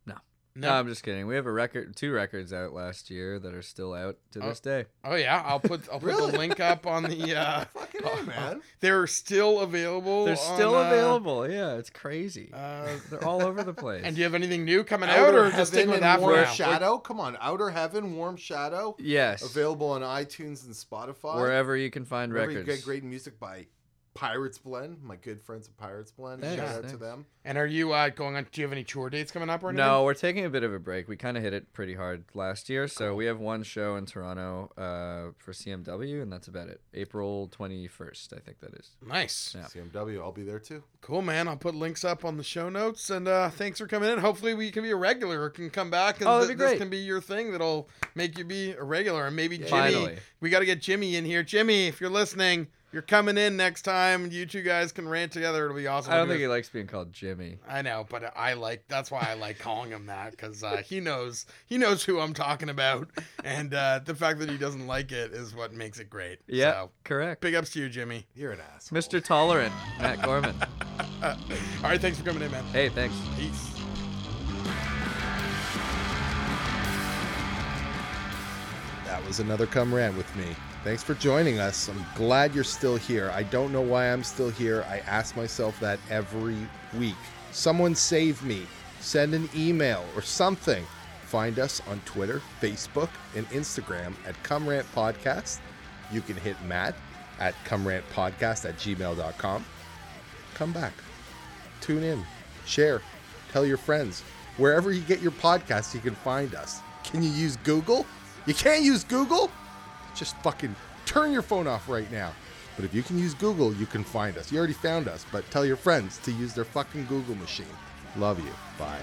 Speaker 3: No. Um,
Speaker 1: No.
Speaker 3: No, I'm just kidding. We have a record, two records out last year that are still out to
Speaker 1: Oh.
Speaker 3: this day.
Speaker 1: Oh yeah, I'll put I'll put
Speaker 2: Really?
Speaker 1: the link up on the. Uh,
Speaker 2: <laughs> Fucking A, man.
Speaker 1: they're still available.
Speaker 3: They're
Speaker 1: on,
Speaker 3: still
Speaker 1: uh,
Speaker 3: available. Yeah, it's crazy.
Speaker 1: Uh,
Speaker 3: They're all
Speaker 1: <laughs>
Speaker 3: over the place.
Speaker 1: and do you have anything new coming out, or just stick
Speaker 2: Heaven
Speaker 1: with
Speaker 2: and
Speaker 1: that for
Speaker 2: Warm
Speaker 1: now?
Speaker 2: Shadow. Come on, Outer Heaven, Warm Shadow.
Speaker 3: yes,
Speaker 2: Available on iTunes and Spotify.
Speaker 3: wherever you can find
Speaker 2: Wherever you
Speaker 3: records.
Speaker 2: get great music by Pirates Blend, my good friends at Pirates Blend.
Speaker 3: Thanks,
Speaker 2: Shout out to
Speaker 3: thanks.
Speaker 2: them.
Speaker 1: And are you uh, going on? Do you have any tour dates coming up or anything?
Speaker 3: No, we're taking a bit of a break. We kind of hit it pretty hard last year, so we have one show in Toronto uh, for CMW, and that's about it. April twenty first, I think that is.
Speaker 1: Nice.
Speaker 3: Yeah.
Speaker 2: CMW, I'll be there too.
Speaker 1: Cool, man. I'll put links up on the show notes. And uh, thanks for coming in. Hopefully, we can be a regular or can come back. And
Speaker 3: Oh, that'd be
Speaker 1: this
Speaker 3: great.
Speaker 1: can be your thing that'll make you be a regular. And maybe Jimmy.
Speaker 3: Finally.
Speaker 1: We got to get Jimmy in here. Jimmy, if you're listening, you're coming in next time. You two guys can rant together. It'll be awesome.
Speaker 3: I don't
Speaker 1: We'll do
Speaker 3: think
Speaker 1: this-
Speaker 3: he likes being called Jimmy.
Speaker 1: I know, but I like that's why I like calling him that because uh, he knows he knows who I'm talking about, and uh, the fact that he doesn't like it is what makes it great.
Speaker 3: Yeah,
Speaker 1: So,
Speaker 3: correct.
Speaker 1: big ups to you, Jimmy.
Speaker 2: You're an asshole.
Speaker 3: Mr. Tolerant, Matt Gorman.
Speaker 1: Uh, All right, thanks for coming in, man.
Speaker 3: Hey, thanks.
Speaker 1: Peace.
Speaker 2: That was another Come Rant with me. Thanks for joining us. I'm glad you're still here. I don't know why I'm still here. I ask myself that every week. Someone save me. Send an email or something. Find us on Twitter, Facebook, and Instagram at Come Rant Podcast. You can hit Matt at Come Rant Podcast at gmail.com. Come back. Tune in, share, tell your friends. Wherever you get your podcasts, you can find us. Can you use Google? You can't use Google? Just fucking turn your phone off right now. But if you can use Google, you can find us. You already found us, but tell your friends to use their fucking Google machine. Love you. Bye.